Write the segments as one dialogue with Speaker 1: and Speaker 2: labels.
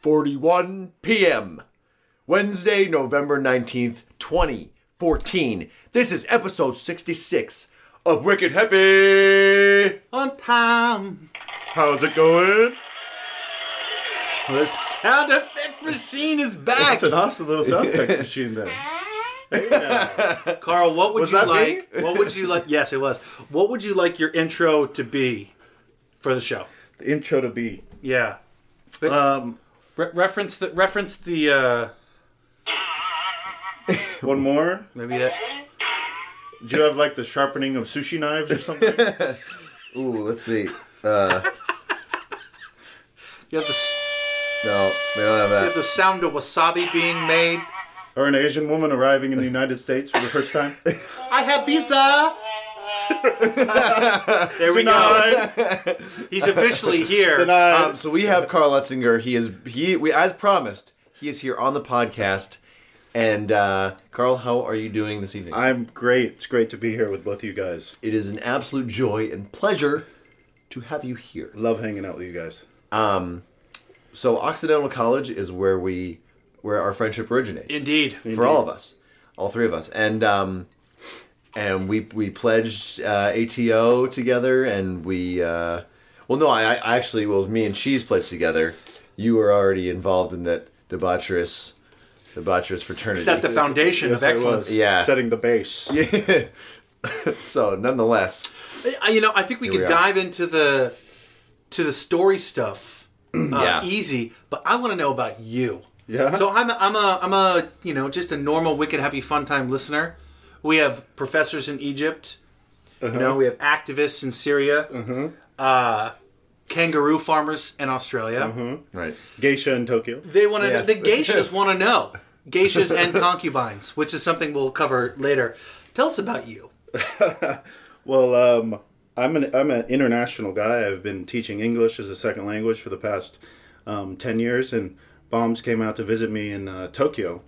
Speaker 1: 41 p.m. Wednesday, November 19th, 2014. This is episode 66 of Wicked Happy.
Speaker 2: On time.
Speaker 1: How's it going?
Speaker 2: The sound effects machine is back.
Speaker 3: That's an awesome little sound effects machine there.
Speaker 2: Carl, what would
Speaker 3: Was
Speaker 2: you
Speaker 3: that me?
Speaker 2: like? What would you like? Yes, it was. What would you like your intro to be for the show?
Speaker 3: The intro to be.
Speaker 2: Yeah.
Speaker 3: Um,
Speaker 2: Re- reference the reference the uh,
Speaker 3: one more.
Speaker 2: maybe that.
Speaker 3: Do you have like the sharpening of sushi knives or something?
Speaker 4: Ooh, let's see.
Speaker 2: You have the s-
Speaker 4: No, we don't have
Speaker 2: you have
Speaker 4: that.
Speaker 2: the sound of wasabi being made.
Speaker 3: or an Asian woman arriving in the United States for the first time?
Speaker 2: I have visa. there we go.
Speaker 3: Denied.
Speaker 2: He's officially here.
Speaker 3: Denied.
Speaker 4: Um, so we have Carl Etzinger. He is he we as promised. He is here on the podcast. And uh, Carl, how are you doing this evening?
Speaker 3: I'm great. It's great to be here with both of you guys.
Speaker 4: it is an absolute joy and pleasure to have you here.
Speaker 3: Love hanging out with you guys.
Speaker 4: So Occidental College is where we where our friendship originates.
Speaker 2: Indeed.
Speaker 4: For all of us, all three of us, and um, and we we pledged uh, ATO together, and we uh, well, no, I, I actually well, me and Cheese pledged together. You were already involved in that debaucherous, debaucherous fraternity.
Speaker 2: Set the foundation
Speaker 3: Yes,
Speaker 2: of
Speaker 3: I
Speaker 2: excellence.
Speaker 3: was.
Speaker 4: Yeah.
Speaker 3: Setting the base.
Speaker 4: so, nonetheless,
Speaker 2: I- you know, I think we
Speaker 4: we
Speaker 2: could
Speaker 4: are.
Speaker 2: dive into the to the story stuff uh,
Speaker 4: Yeah.
Speaker 2: easy, but I want to know about you.
Speaker 3: Yeah?
Speaker 2: So I'm a, I'm a I'm a you know just a normal wicked happy fun time listener. We have professors in Egypt.
Speaker 4: Uh-huh.
Speaker 2: You know, we have activists in Syria. Uh, kangaroo farmers in Australia.
Speaker 4: right?
Speaker 3: Geisha in Tokyo.
Speaker 2: They want to.
Speaker 4: Uh-huh. Yes.
Speaker 2: The geishas want to know geishas and concubines, which is something we'll cover later. Tell us about you.
Speaker 3: Well, um, I'm an I'm an international guy. I've been teaching English as a second language for the past um, ten years, and Bombs came out to visit me in uh, Tokyo.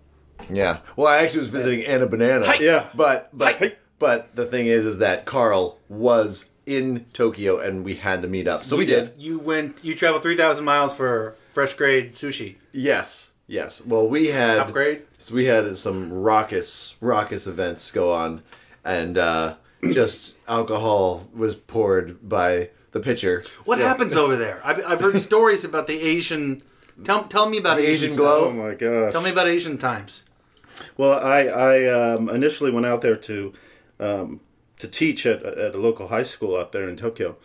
Speaker 4: Yeah. Well, I actually was visiting Anna Banana.
Speaker 3: Yeah.
Speaker 4: But but
Speaker 3: Hi.
Speaker 4: but the thing is, is that Carl was in Tokyo, and we had to meet up. So we did.
Speaker 2: You went. You traveled three thousand miles for fresh grade sushi.
Speaker 4: Yes, yes. Well, we had
Speaker 2: Upgrade?
Speaker 4: So we had some raucous, raucous events go on, and uh, just alcohol was poured by the pitcher.
Speaker 2: What happens over there? I've, I've heard stories about the Asian. Tell, tell me about Asian,
Speaker 4: Asian
Speaker 2: stuff.
Speaker 4: glow?
Speaker 3: Oh my gosh!
Speaker 2: Tell me about Asian times.
Speaker 3: Well, I I um, initially went out there to um, to teach at, at a local high school out there in Tokyo,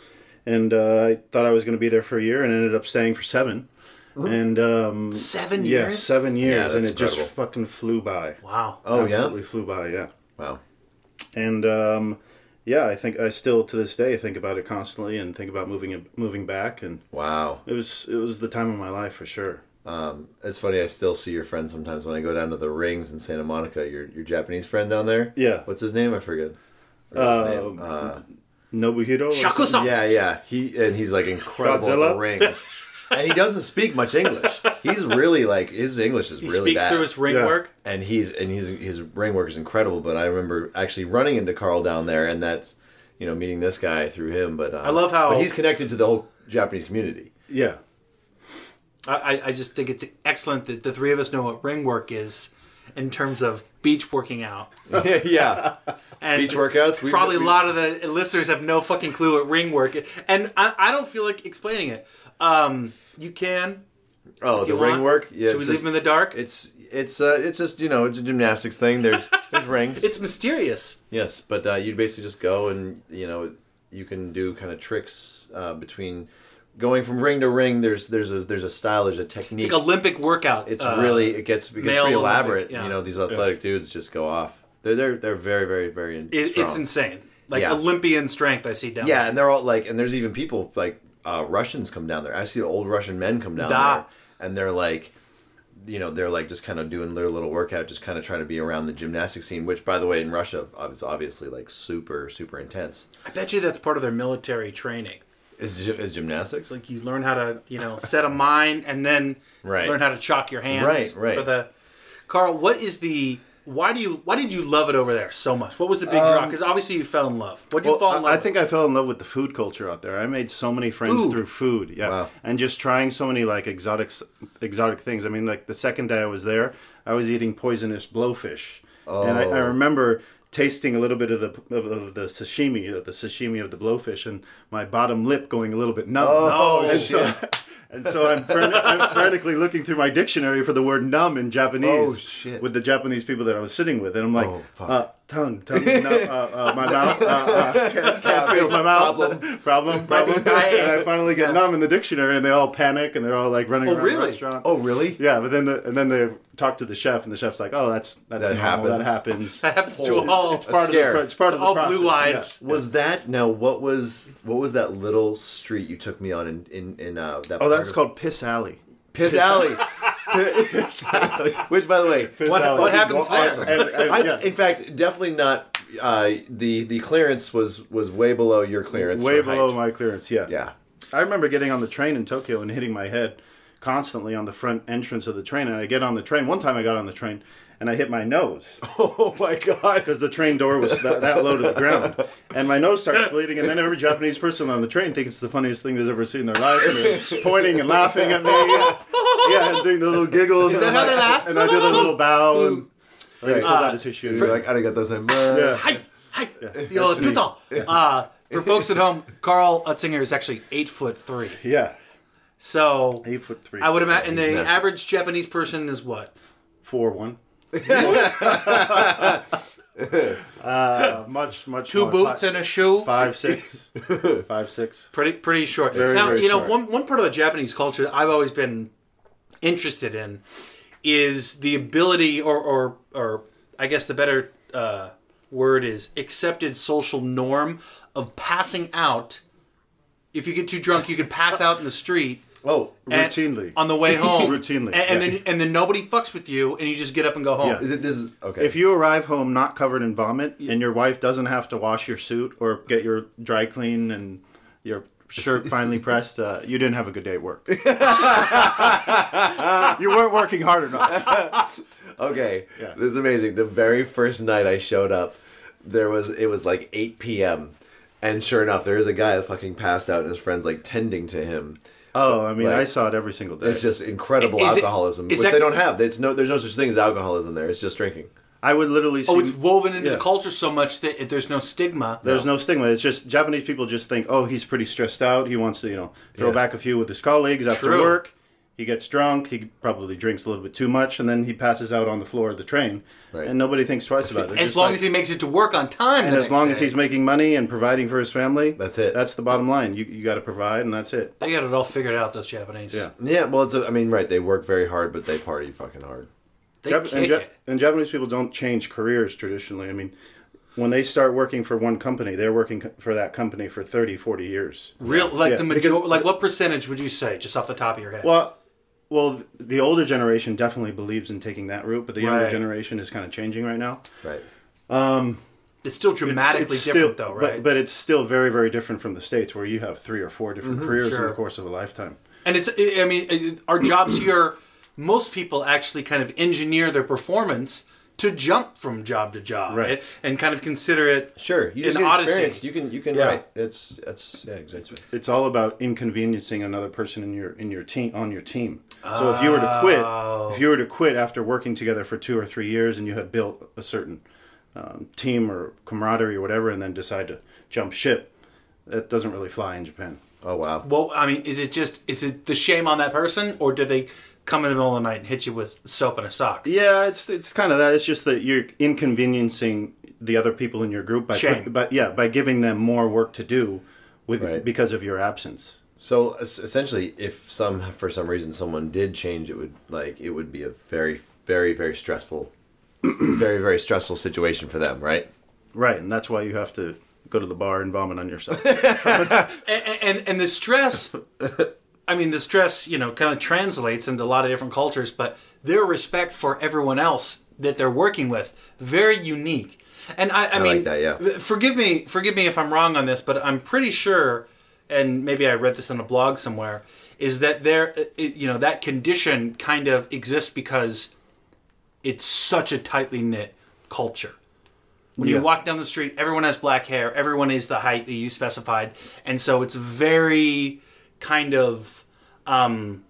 Speaker 3: and uh, I thought I was going to be there for a year, and ended up staying for 7 And um,
Speaker 2: Mm-hmm. Seven
Speaker 3: yeah,
Speaker 2: years.
Speaker 3: seven years,
Speaker 4: Yeah, that's
Speaker 3: and it just
Speaker 4: incredible.
Speaker 3: fucking flew by.
Speaker 2: Wow.
Speaker 4: Oh
Speaker 3: Absolutely flew by. Yeah.
Speaker 4: yeah, wow.
Speaker 3: and um, yeah, I think I still to this day think about it constantly and think about moving moving back, and
Speaker 4: Wow,
Speaker 3: it was it was the time of my life for sure.
Speaker 4: it's funny. I still see your friend sometimes when I go down to the rings in Santa Monica. Your your Japanese friend down there.
Speaker 3: Yeah.
Speaker 4: What's his name? I forget. I forget his name.
Speaker 3: Um,
Speaker 4: Uh,
Speaker 3: Nobuhiro, was-
Speaker 2: Shakusan.
Speaker 4: yeah, yeah. He and he's like incredible at the
Speaker 3: Godzilla?
Speaker 4: rings, and he doesn't speak much English. He's really like his English is
Speaker 2: He
Speaker 4: really
Speaker 2: speaks
Speaker 4: bad.
Speaker 2: through his ring
Speaker 3: Yeah.
Speaker 2: work.
Speaker 4: and he's and he's his ring work is incredible. But I remember actually running into Carl down there, and that's you know meeting this guy through him. But um,
Speaker 2: I love how-
Speaker 4: but he's connected to the whole Japanese community.
Speaker 3: yeah,
Speaker 2: I, I- I just think it's excellent that the three of us know what ring work is in terms of beach working out.
Speaker 4: yeah,
Speaker 2: And
Speaker 4: Beach workouts? We-
Speaker 2: probably
Speaker 4: we-
Speaker 2: a lot of the listeners have no fucking clue what ring work is. And I, I don't feel like explaining it. Um, you can.
Speaker 4: Oh,
Speaker 2: if you
Speaker 4: the ring
Speaker 2: want.
Speaker 4: work. Yeah,
Speaker 2: Should
Speaker 4: it's
Speaker 2: we leave
Speaker 4: just-
Speaker 2: them in the dark?
Speaker 4: It's it's uh, it's just you know it's a gymnastics thing. There's there's rings.
Speaker 2: It's mysterious.
Speaker 4: Yes, but uh, you basically just go and you know you can do kind of tricks uh, between going from ring to ring. There's there's a there's a style, there's a technique.
Speaker 2: Like Olympic workout.
Speaker 4: it's
Speaker 2: uh,
Speaker 4: really it gets it gets
Speaker 2: male
Speaker 4: pretty
Speaker 2: Olympic,
Speaker 4: elaborate.
Speaker 2: yeah.
Speaker 4: You know these athletic dudes just go off. They're they're they're very very very in-
Speaker 2: It,
Speaker 4: strong.
Speaker 2: it's insane. Like
Speaker 4: Yeah.
Speaker 2: Olympian strength, I see down
Speaker 4: Yeah,
Speaker 2: there.
Speaker 4: and they're all like, and there's even people like uh, Russians come down there. I see the old Russian men come down
Speaker 2: Da.
Speaker 4: there, and they're like, you know, they're like just kind of doing their little workout, just kind of trying to be around the gymnastic scene. Which, by the way, in Russia, is obviously like super super intense.
Speaker 2: I bet you that's part of their military training.
Speaker 4: Is gy- is gymnastics?
Speaker 2: Like you learn how to, you know, set a mine and then
Speaker 4: Right.
Speaker 2: learn how to chalk your hands.
Speaker 4: Right, right.
Speaker 2: For the Carl, what is the Why do you? Why did you love it over there so much? What was the big draw? Because obviously you fell in love. What did you
Speaker 3: Um, Well,
Speaker 2: fall in
Speaker 3: I-
Speaker 2: love?
Speaker 3: I think I fell in love with the food culture out there. I made so many friends
Speaker 2: Food.
Speaker 3: through food, yeah, and just trying so many like exotic exotic things. I mean, like the second day I was there, I was eating poisonous blowfish, and I, I remember tasting a little bit of the of, of the sashimi, of the sashimi of the blowfish, and my bottom lip going a little bit numb. Oh, and so. And so I'm, fran- I'm frantically looking through my dictionary for the word numb in Japanese
Speaker 4: Oh, shit.
Speaker 3: with the Japanese people that I was sitting with, and I'm like,
Speaker 4: Oh, fuck.
Speaker 3: uh, tongue, tongue, no, uh, uh, my mouth, uh, uh, can't, can't feel my mouth, problem, problem, problem. and I finally get numb in the dictionary, and they all panic, and they're all like running around the
Speaker 2: really?
Speaker 3: restaurant.
Speaker 4: Oh, really?
Speaker 3: yeah, but then the, and then they talk to the chef, and the chef's like, oh, that's that's
Speaker 4: That
Speaker 3: normal, that
Speaker 4: happens.
Speaker 3: happens.
Speaker 2: that happens to all.
Speaker 3: It's part
Speaker 4: Scary.
Speaker 3: of the pro- it's part
Speaker 2: To
Speaker 3: of the
Speaker 2: all
Speaker 3: process.
Speaker 2: blue
Speaker 3: yeah.
Speaker 2: eyes.
Speaker 4: Was that now? What was what was that little street you took me on in in, in uh, that?
Speaker 3: Oh, that's called piss alley.
Speaker 4: Piss, Alley. Piss Alley. Which, by the way,
Speaker 3: Piss alley.
Speaker 2: what happens
Speaker 3: Well,
Speaker 2: there?
Speaker 3: and- and-
Speaker 4: I,
Speaker 3: yeah.
Speaker 4: in fact, definitely not. Uh, the the clearance was was way below your clearance.
Speaker 3: Way
Speaker 4: for
Speaker 3: below
Speaker 4: height.
Speaker 3: my clearance. Yeah.
Speaker 4: Yeah.
Speaker 3: I remember getting on the train in Tokyo and hitting my head constantly on the front entrance of the train. And I get on the train. One time I got on the train and I hit my nose
Speaker 4: Oh my god.
Speaker 3: because the train door was that, that low to the ground. And my nose starts bleeding. And then every Japanese person on the train thinks it's the funniest thing they've ever seen in their life. And they're pointing and laughing at me. Yeah, and doing the little giggles. Is
Speaker 2: that how they laugh?
Speaker 3: And I did a little bow and I pulled out a tissue.
Speaker 4: You're like, I gotta get those in. Yeah.
Speaker 3: Yeah.
Speaker 2: Hi, hi, yo,
Speaker 3: that's me.
Speaker 2: tuto. Uh, for folks at home, Carl Utzinger is actually eight foot three.
Speaker 3: yeah.
Speaker 2: So
Speaker 3: Eight foot three.
Speaker 2: I would imagine, and the
Speaker 4: massive.
Speaker 2: average Japanese person is what?
Speaker 3: Four one. uh, much much
Speaker 2: Two
Speaker 3: more.
Speaker 2: boots
Speaker 3: Fi-
Speaker 2: and a shoe.
Speaker 3: five six, five six.
Speaker 2: Pretty pretty short. now
Speaker 3: very
Speaker 2: you know
Speaker 3: short.
Speaker 2: one one part of the Japanese culture that I've always been interested in is the ability, or or or I guess the better uh, word is accepted social norm of passing out. If you get too drunk, you can pass out in the street.
Speaker 4: Oh,
Speaker 2: and-
Speaker 3: Routinely.
Speaker 2: on the way home
Speaker 3: Routinely,
Speaker 2: and, and
Speaker 3: yeah.
Speaker 2: then and then nobody fucks with you and you just get up and go home
Speaker 4: th- this is okay.
Speaker 3: If you arrive home not covered in vomit and your wife doesn't have to wash your suit or get your dry clean and your shirt finally pressed, uh, you didn't have a good day at work. you weren't working hard enough.
Speaker 4: Okay, this is amazing. The very first night I showed up, there was it was like 8 p.m. and sure enough, there is a guy that fucking passed out and his friends like tending to him.
Speaker 3: Oh, I mean,
Speaker 4: Right.
Speaker 3: I saw it every single day.
Speaker 4: It's just incredible
Speaker 2: Is it-
Speaker 4: alcoholism,
Speaker 2: is
Speaker 4: which
Speaker 2: that-
Speaker 4: they don't have. There's no there's no such thing as alcoholism there. It's just drinking.
Speaker 3: I would literally see.
Speaker 2: oh it's woven into
Speaker 3: Yeah.
Speaker 2: the culture so much that it, there's no stigma
Speaker 3: There's no stigma. It's just Japanese people just think, oh, he's pretty stressed out. He wants to, you know, throw
Speaker 4: Yeah.
Speaker 3: back a few with his colleagues after
Speaker 2: True.
Speaker 3: work. He gets drunk. He probably drinks a little bit too much, and then he passes out on the floor of the train,
Speaker 4: Right.
Speaker 3: and nobody thinks twice about it.
Speaker 2: as long as he makes it to work on time
Speaker 3: and as long as he's making money and providing for his family,
Speaker 4: That's it.
Speaker 3: That's the bottom line. You you got to provide, and that's it.
Speaker 2: they got it all figured out those japanese
Speaker 3: Yeah.
Speaker 4: Yeah, well, it's a, I mean, right? They work very hard, but they party fucking hard.
Speaker 2: they
Speaker 3: Jap-
Speaker 2: kick
Speaker 3: and, Ja-
Speaker 2: it
Speaker 3: and Japanese people don't change careers traditionally. I mean, when they start working for one company, they're working co- for that company for 30, 40 years.
Speaker 2: real like
Speaker 3: Yeah,
Speaker 2: the
Speaker 3: because-
Speaker 2: major like what percentage would you say just off the top of your head
Speaker 3: Well, well, the older generation definitely believes in taking that route, but the younger
Speaker 2: Right.
Speaker 3: generation is kind of changing right now.
Speaker 4: Right.
Speaker 2: it's still dramatically different though
Speaker 3: but-
Speaker 2: right
Speaker 3: But, it's still very, very different from the states where you have three or four different careers in
Speaker 2: Mm-hmm, Sure.
Speaker 3: the course of a lifetime.
Speaker 2: and it's i I mean i- our jobs here most people actually kind of engineer their performance to jump from job to job
Speaker 3: Right.
Speaker 2: and kind of consider it
Speaker 4: Sure. You just
Speaker 2: an
Speaker 4: get
Speaker 2: odyssey
Speaker 4: experience. You can you can
Speaker 3: Yeah.
Speaker 4: right. It's that's yeah exactly.
Speaker 3: It's all about inconveniencing another person in your in your team on your team. So if you were to quit, if
Speaker 2: Oh.
Speaker 3: you were to quit after working together for two or three years, and you had built a certain um, team or camaraderie or whatever, and then decide to jump ship, that doesn't really fly in Japan.
Speaker 4: Oh wow.
Speaker 2: Well, I mean, is it just is it the shame on that person, or did they come in the middle of the night and hit you with soap and a sock?
Speaker 3: Yeah, it's it's kind of that. It's just that you're inconveniencing the other people in your group by,
Speaker 2: Shame.
Speaker 3: by yeah by giving them more work to do with
Speaker 4: Right.
Speaker 3: because of your absence.
Speaker 4: So es- essentially, if some for some reason someone did change, it would like it would be a very very very stressful, very very stressful situation for them, right?
Speaker 3: Right, and that's why you have to go to the bar and vomit on yourself.
Speaker 2: And and, and the stress, I mean, the stress, you know, kind of translates into a lot of different cultures, but their respect for everyone else that they're working with very unique. And I, I, mean, uh,
Speaker 4: like that, yeah.
Speaker 2: forgive me, forgive me if I'm wrong on this, but I'm pretty sure, and maybe I read this on a blog somewhere, is that there, uh, you know, that condition kind of exists because it's such a tightly knit culture. When
Speaker 3: Yeah.
Speaker 2: you walk down the street, everyone has black hair, everyone is the height that you specified, and so it's very kind of. Um,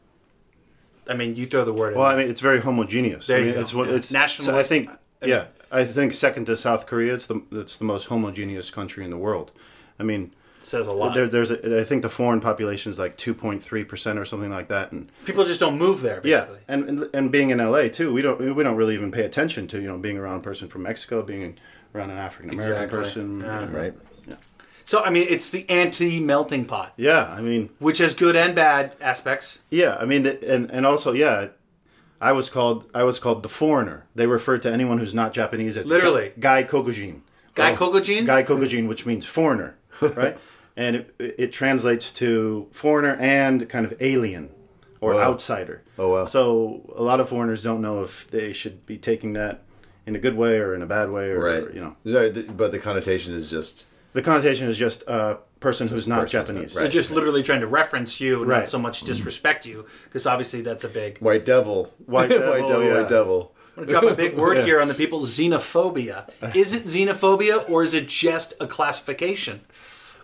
Speaker 2: I mean, you throw the word.
Speaker 3: Well,
Speaker 2: in.
Speaker 3: I mean, it's very homogeneous.
Speaker 2: There
Speaker 3: I
Speaker 2: you
Speaker 3: mean,
Speaker 2: go.
Speaker 3: It's, one-
Speaker 2: Yeah.
Speaker 3: it's
Speaker 2: Nationalist- uh,
Speaker 3: So I think, yeah, I think second to South Korea, it's the it's the most homogeneous country in the world. I mean,
Speaker 2: It says a lot.
Speaker 3: there, there's a, I think the foreign population is like two point three percent or something like that, and
Speaker 2: People just don't move there.
Speaker 3: yeah,
Speaker 2: Basically.
Speaker 3: and, and and being in LA too, we don't we don't really even pay attention to you know being around a person from Mexico, being around an African American
Speaker 2: Exactly.
Speaker 3: person,
Speaker 4: right?
Speaker 2: So I mean, it's the anti-melting pot,
Speaker 3: Yeah, I mean,
Speaker 2: which has good and bad aspects.
Speaker 3: Yeah, I mean, the- and and also, yeah, I was called I was called the foreigner. They refer to anyone who's not Japanese as
Speaker 2: Literally.
Speaker 3: Guy Kokujin.
Speaker 2: Guy
Speaker 3: Or-
Speaker 2: Kokujin?
Speaker 3: Guy Kokujin, which means foreigner, right? and it, it translates to foreigner and kind of alien or outsider.
Speaker 4: Oh, wow.
Speaker 3: So a lot of foreigners don't know if they should be taking that in a good way or in a bad way, or,
Speaker 4: Right.
Speaker 3: you know,
Speaker 4: No, th- but the connotation is just
Speaker 3: the connotation is just uh, person
Speaker 4: person
Speaker 3: who's not
Speaker 4: who's not-
Speaker 3: Japanese.
Speaker 4: right.
Speaker 2: They're just literally trying to reference you, and not
Speaker 3: Right. Mm-hmm.
Speaker 2: so much disrespect you, because obviously that's a big.
Speaker 4: white devil,
Speaker 3: White devil, yeah.
Speaker 4: white devil.
Speaker 2: I'm gonna drop a big word here on the people's xenophobia. Is it xenophobia or is it just a classification?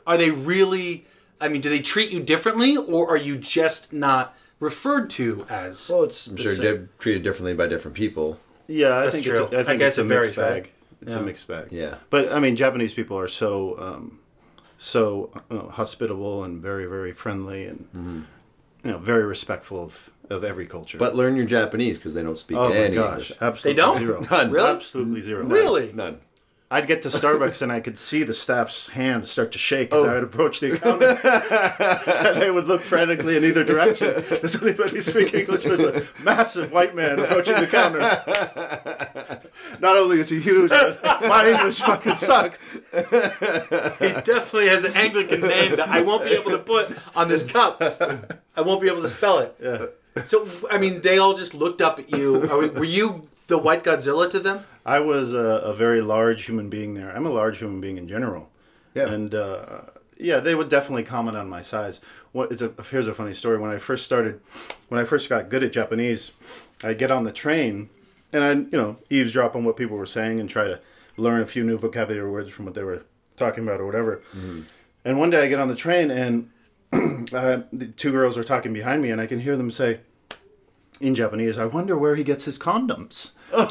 Speaker 2: Are they really? I mean, do they treat you differently, or are you just not referred to as?
Speaker 4: Well, it's I'm sure
Speaker 2: same.
Speaker 4: di- treated differently by different people.
Speaker 3: Yeah, I
Speaker 2: That's
Speaker 3: think
Speaker 2: true.
Speaker 3: it's a, I
Speaker 2: I
Speaker 3: think
Speaker 2: guess
Speaker 3: it's a
Speaker 2: it
Speaker 3: mixed
Speaker 2: varies, right?
Speaker 3: bag. It's a mixed bag.
Speaker 4: Yeah.
Speaker 3: but I mean, Japanese people are so um, so uh, hospitable and very very friendly and you know very respectful of, of every culture.
Speaker 4: Mm-hmm. But learn your Japanese because they don't speak
Speaker 3: oh my
Speaker 4: any
Speaker 3: gosh,
Speaker 4: English.
Speaker 3: absolutely
Speaker 2: They don't?
Speaker 3: zero,
Speaker 4: None.
Speaker 2: Really?
Speaker 3: absolutely zero,
Speaker 2: really?
Speaker 4: None.
Speaker 3: I'd get to Starbucks and I could see the staff's hands start to shake as I would approach the accountant. and they would look frantically in either direction. Does anybody speak English? There's a massive white man approaching the counter. Not only is he huge, my English fucking sucks.
Speaker 2: He definitely has an Anglican name that I won't be able to put on this cup. I won't be able to spell it. So I mean, they all just looked up at you. Are we, were you the white Godzilla to them?
Speaker 3: I was a, a very large human being there. I'm a large human being in general.
Speaker 4: Yeah.
Speaker 3: And uh, yeah, they would definitely comment on my size. What it's a, here's a funny story. When I first started, when I first got good at Japanese, I'd get on the train and I, would you know, eavesdrop on what people were saying and try to learn a few new vocabulary words from what they were talking about or whatever. And one day I get on the train and uh, the two girls are talking behind me and I can hear them say in Japanese, I wonder where he gets his condoms in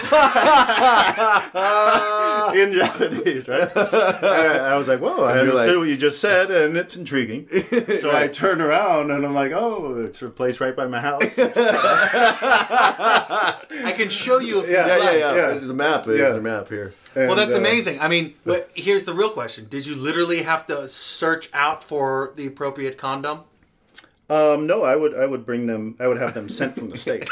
Speaker 3: Japanese, right? I, I was like, "Whoa!" I
Speaker 4: you're
Speaker 3: understood
Speaker 4: like-
Speaker 3: what you just said, and it's intriguing. So I turn around and I'm like, "Oh, it's a place right by my house." yeah,
Speaker 2: I can show you. If
Speaker 3: Yeah,
Speaker 2: you
Speaker 4: Yeah,
Speaker 2: like.
Speaker 4: yeah.
Speaker 3: Yeah.
Speaker 4: This is a map. This
Speaker 3: Yeah.
Speaker 4: is a map here.
Speaker 2: Well, that's
Speaker 3: uh,
Speaker 2: amazing. I mean, but here's the real question: Did you literally have to search out for the appropriate condom?
Speaker 3: Um, no, I would, I would bring them. I would have them sent from the states.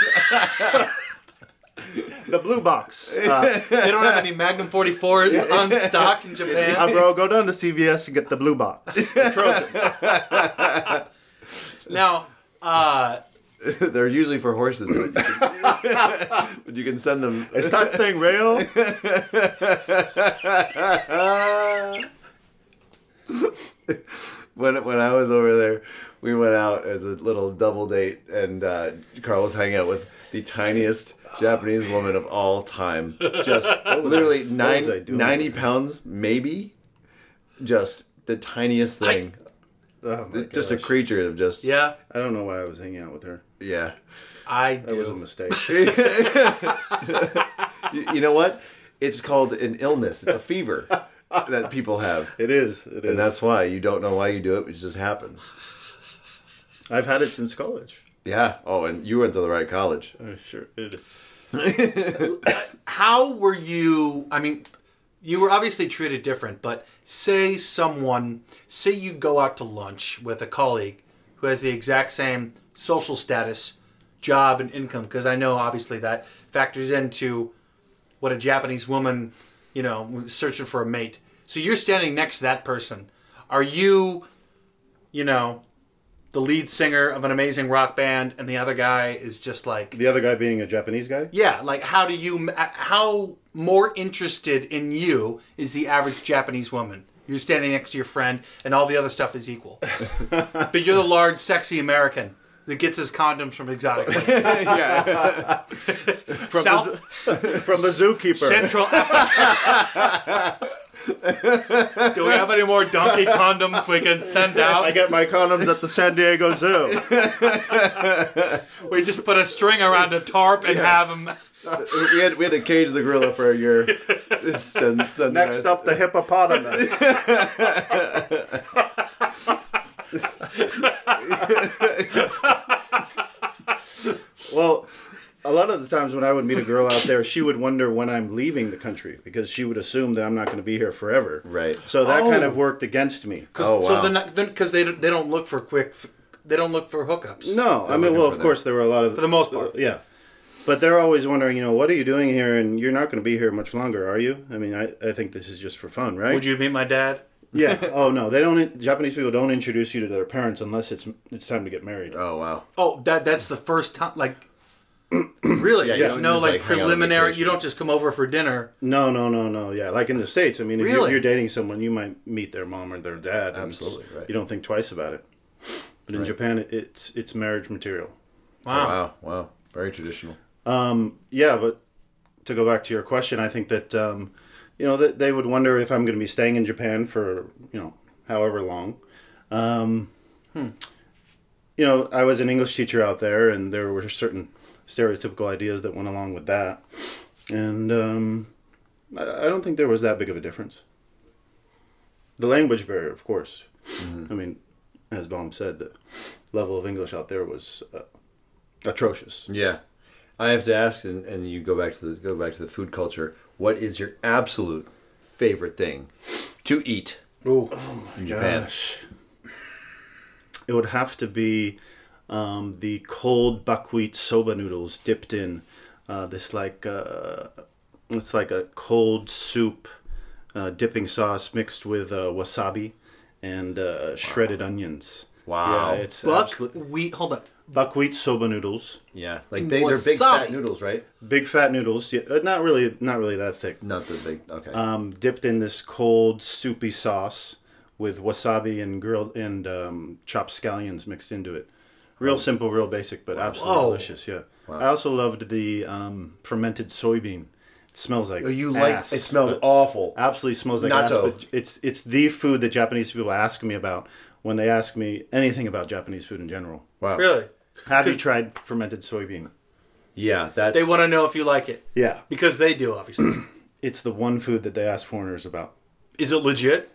Speaker 3: the blue box. Uh,
Speaker 2: They don't have any Magnum 44s on stock in Japan.
Speaker 3: uh, bro, go down to CVS and get the blue box. The Trojan.
Speaker 2: Now, uh,
Speaker 4: They're usually for horses. but you can send them.
Speaker 3: Is that thing real?
Speaker 4: When when I was over there, we went out as a little double date, and uh, Carl was hanging out with the tiniest Japanese woman of all time. Just literally nine,
Speaker 3: was I doing?
Speaker 4: 90 pounds, maybe. Just the tiniest thing.
Speaker 3: Oh my
Speaker 4: just a
Speaker 3: gosh.
Speaker 4: creature of just
Speaker 2: yeah,
Speaker 3: I don't know why I was hanging out with her.
Speaker 4: yeah.
Speaker 2: I
Speaker 3: That was a
Speaker 2: do.
Speaker 3: mistake.
Speaker 4: You, you know what? It's called an illness. It's a fever that people have.
Speaker 3: It is. It is.
Speaker 4: And that's why you don't know why you do it. It just happens.
Speaker 3: I've had it since college.
Speaker 4: Yeah. Oh, and you went to the right college.
Speaker 3: Uh, sure. It,
Speaker 2: How were you? I mean, you were obviously treated different, but say someone, say you go out to lunch with a colleague who has the exact same social status, job, and income, because I know obviously that factors into what a Japanese woman, you know, searching for a mate. So you're standing next to that person. Are you, you know, the lead singer of an amazing rock band, and the other guy is just like
Speaker 3: the other guy being a Japanese guy.
Speaker 2: yeah, like how do you uh, how more interested in you is the average Japanese woman? You're standing next to your friend, and all the other stuff is equal, but you're the large, sexy American. that gets his condoms from exotic land.
Speaker 1: yeah.
Speaker 2: South
Speaker 3: from the zookeeper.
Speaker 2: Central. Do we have any more donkey condoms we can send
Speaker 3: I
Speaker 2: out?
Speaker 3: get my condoms at the San Diego Zoo.
Speaker 2: We just put a string around a tarp and have him.
Speaker 4: we had we had to cage the gorilla for a year. Send- send
Speaker 3: Next
Speaker 4: them
Speaker 3: up, the hippopotamus. well, a lot of the times when I would meet a girl out there, she would wonder when I'm leaving the country because she would assume that I'm not going to be here forever.
Speaker 4: Right.
Speaker 3: So that kind
Speaker 2: Oh.
Speaker 3: of worked against me.
Speaker 4: Oh,
Speaker 2: So
Speaker 4: wow.
Speaker 2: they're not because they don't- they don't look for quick. They don't look for hookups.
Speaker 3: No, I mean, well, of course, there were a lot of for
Speaker 2: the most part.
Speaker 3: yeah, but they're always wondering, you know, what are you doing here, and you're not going to be here much longer, are you? I mean, I, I think this is just for fun, right?
Speaker 2: Would you meet my dad?
Speaker 3: yeah. Oh no, they don't. Japanese people don't introduce you to their parents unless it's it's time to get married.
Speaker 4: Oh wow.
Speaker 2: Oh, that that's the first time. Like, really?
Speaker 4: you
Speaker 2: There's
Speaker 4: don't
Speaker 2: no
Speaker 4: just,
Speaker 2: like,
Speaker 4: like, hang out on
Speaker 2: preliminary. You
Speaker 4: vacation.
Speaker 2: don't just come over for dinner.
Speaker 4: Oh,
Speaker 3: No, no, no, no. Yeah, like in the states. I mean, if
Speaker 2: Really?
Speaker 3: you're, you're dating someone, you might meet their mom or their dad. and it's-
Speaker 4: Absolutely, right.
Speaker 3: You don't think twice about it. But in Japan, it, it's it's marriage material.
Speaker 2: Wow.
Speaker 4: Wow. Wow. Very traditional.
Speaker 3: Yeah, but to go back to your question, I think that um, you know that they would wonder if I'm going to be staying in Japan for you know however long. Um, You know, I was an English teacher out there, and there were certain stereotypical ideas that went along with that, and um, I, I don't think there was that big of a difference. The language barrier, of course. I mean, as Baum said, the level of English out there was uh, atrocious.
Speaker 4: Yeah. I have to ask, and, and you go back to the go back to the food culture. What is your absolute favorite thing to eat
Speaker 2: Ooh.
Speaker 4: in Japan?
Speaker 3: It would have to be um, the cold buckwheat soba noodles dipped in uh, this like uh, it's like a cold soup uh, dipping sauce mixed with uh, wasabi and uh, shredded onions.
Speaker 4: Wow.
Speaker 3: yeah, it's
Speaker 2: Buck
Speaker 3: absolute-
Speaker 2: wheat. Hold up.
Speaker 3: buckwheat soba noodles,
Speaker 4: Yeah, like they, they're big
Speaker 2: Wasabi.
Speaker 4: fat noodles, right?
Speaker 3: big fat noodles. Yeah, uh, not really, not really that thick.
Speaker 4: Not the big. Okay.
Speaker 3: Um, dipped in this cold soupy sauce with wasabi and grilled and um, chopped scallions mixed into it.
Speaker 4: Oh.
Speaker 3: Real simple, real basic, but absolutely
Speaker 2: Whoa.
Speaker 3: delicious. Yeah, I also loved the um, fermented soybean. It smells like
Speaker 4: Oh, you
Speaker 3: ass,
Speaker 4: like? It smells
Speaker 3: but-
Speaker 4: awful.
Speaker 3: absolutely smells like ass,
Speaker 4: Natto.
Speaker 3: but it's it's the food that Japanese people ask me about when they ask me anything about Japanese food in general.
Speaker 4: Wow.
Speaker 2: Really?
Speaker 3: Have you tried fermented soybean?
Speaker 4: Yeah, that's
Speaker 2: They want to know if you like it
Speaker 3: Yeah,
Speaker 2: because they do, obviously.
Speaker 3: it's the one food that they ask foreigners about.
Speaker 2: Is it legit?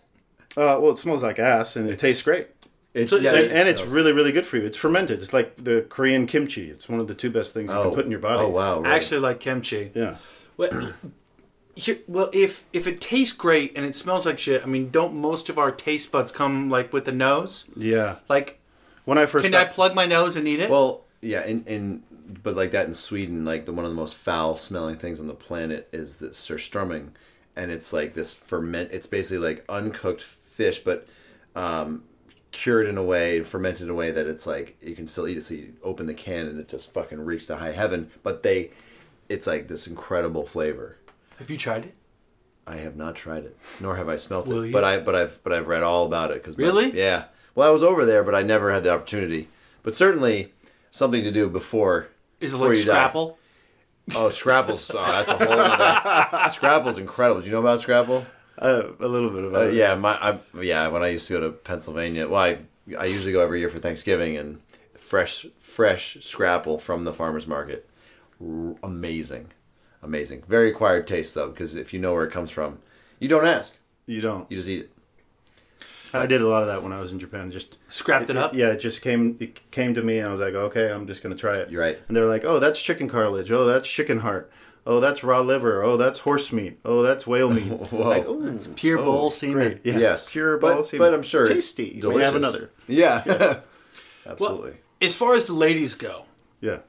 Speaker 3: Uh, well, it smells like ass, and it tastes great.
Speaker 4: It's,
Speaker 2: So-
Speaker 4: yeah,
Speaker 2: so-
Speaker 3: and,
Speaker 4: it
Speaker 3: and it's
Speaker 4: smells-
Speaker 3: really really good for you. It's fermented. It's like the Korean kimchi. It's one of the two best things you
Speaker 4: oh,
Speaker 3: can put in your body.
Speaker 4: Oh wow.
Speaker 2: I
Speaker 4: Right.
Speaker 2: actually like kimchi.
Speaker 3: Yeah.
Speaker 2: Well, here, well, if if it tastes great and it smells like shit, I mean, don't most of our taste buds come like with the nose?
Speaker 3: Yeah.
Speaker 2: Like,
Speaker 3: When I first
Speaker 2: can I plug my nose and eat it?
Speaker 4: well, yeah, and and but like that in Sweden, like the one of the most foul smelling things on the planet is the surströmming, and it's like this ferment. It's basically like uncooked fish, but um, cured in a way and fermented in a way that it's like you can still eat it. So you open the can and it just fucking reaches to high heaven. But they, it's like this incredible flavor.
Speaker 2: have you tried it?
Speaker 4: I have not tried it, nor have I smelt
Speaker 2: Will
Speaker 4: it.
Speaker 2: you?
Speaker 4: But I but I've but I've read all about it. Cause my-
Speaker 2: Really?
Speaker 4: yeah. Well, I was over there, but I never had the opportunity. But certainly something to do before.
Speaker 2: Is it
Speaker 4: before
Speaker 2: like
Speaker 4: you die.
Speaker 2: Scrapple?
Speaker 4: Oh, Scrapple's. Oh, that's a whole. Other, Scrapple's incredible. Do you know about Scrapple?
Speaker 3: uh, a little bit about
Speaker 4: Uh,
Speaker 3: it.
Speaker 4: yeah, my I, yeah. When I used to go to Pennsylvania, well, I I usually go every year for Thanksgiving and fresh fresh Scrapple from the farmers market. R- amazing, amazing. Very acquired taste though, because if you know where it comes from, you don't ask.
Speaker 3: You don't.
Speaker 4: You just eat it.
Speaker 3: I did a lot of that when I was in Japan. Just
Speaker 2: Scrapped it up?
Speaker 3: Yeah, it just came it came to me and I was like, "Okay, I'm just going to try it."
Speaker 4: You're right.
Speaker 3: And they're like, "Oh, that's chicken cartilage. Oh, that's chicken heart. Oh, that's raw liver. Oh, that's horse meat. Oh, that's whale meat." Like, ooh,
Speaker 2: It's pure
Speaker 4: Oh,
Speaker 2: bowl semen.
Speaker 3: yeah,
Speaker 4: Yes.
Speaker 3: Pure
Speaker 4: But-
Speaker 3: ball semen.
Speaker 4: but I'm sure it's
Speaker 3: tasty. You may
Speaker 4: delicious.
Speaker 3: have another.
Speaker 4: Yeah.
Speaker 3: Absolutely.
Speaker 2: As far as the ladies go,
Speaker 3: yeah.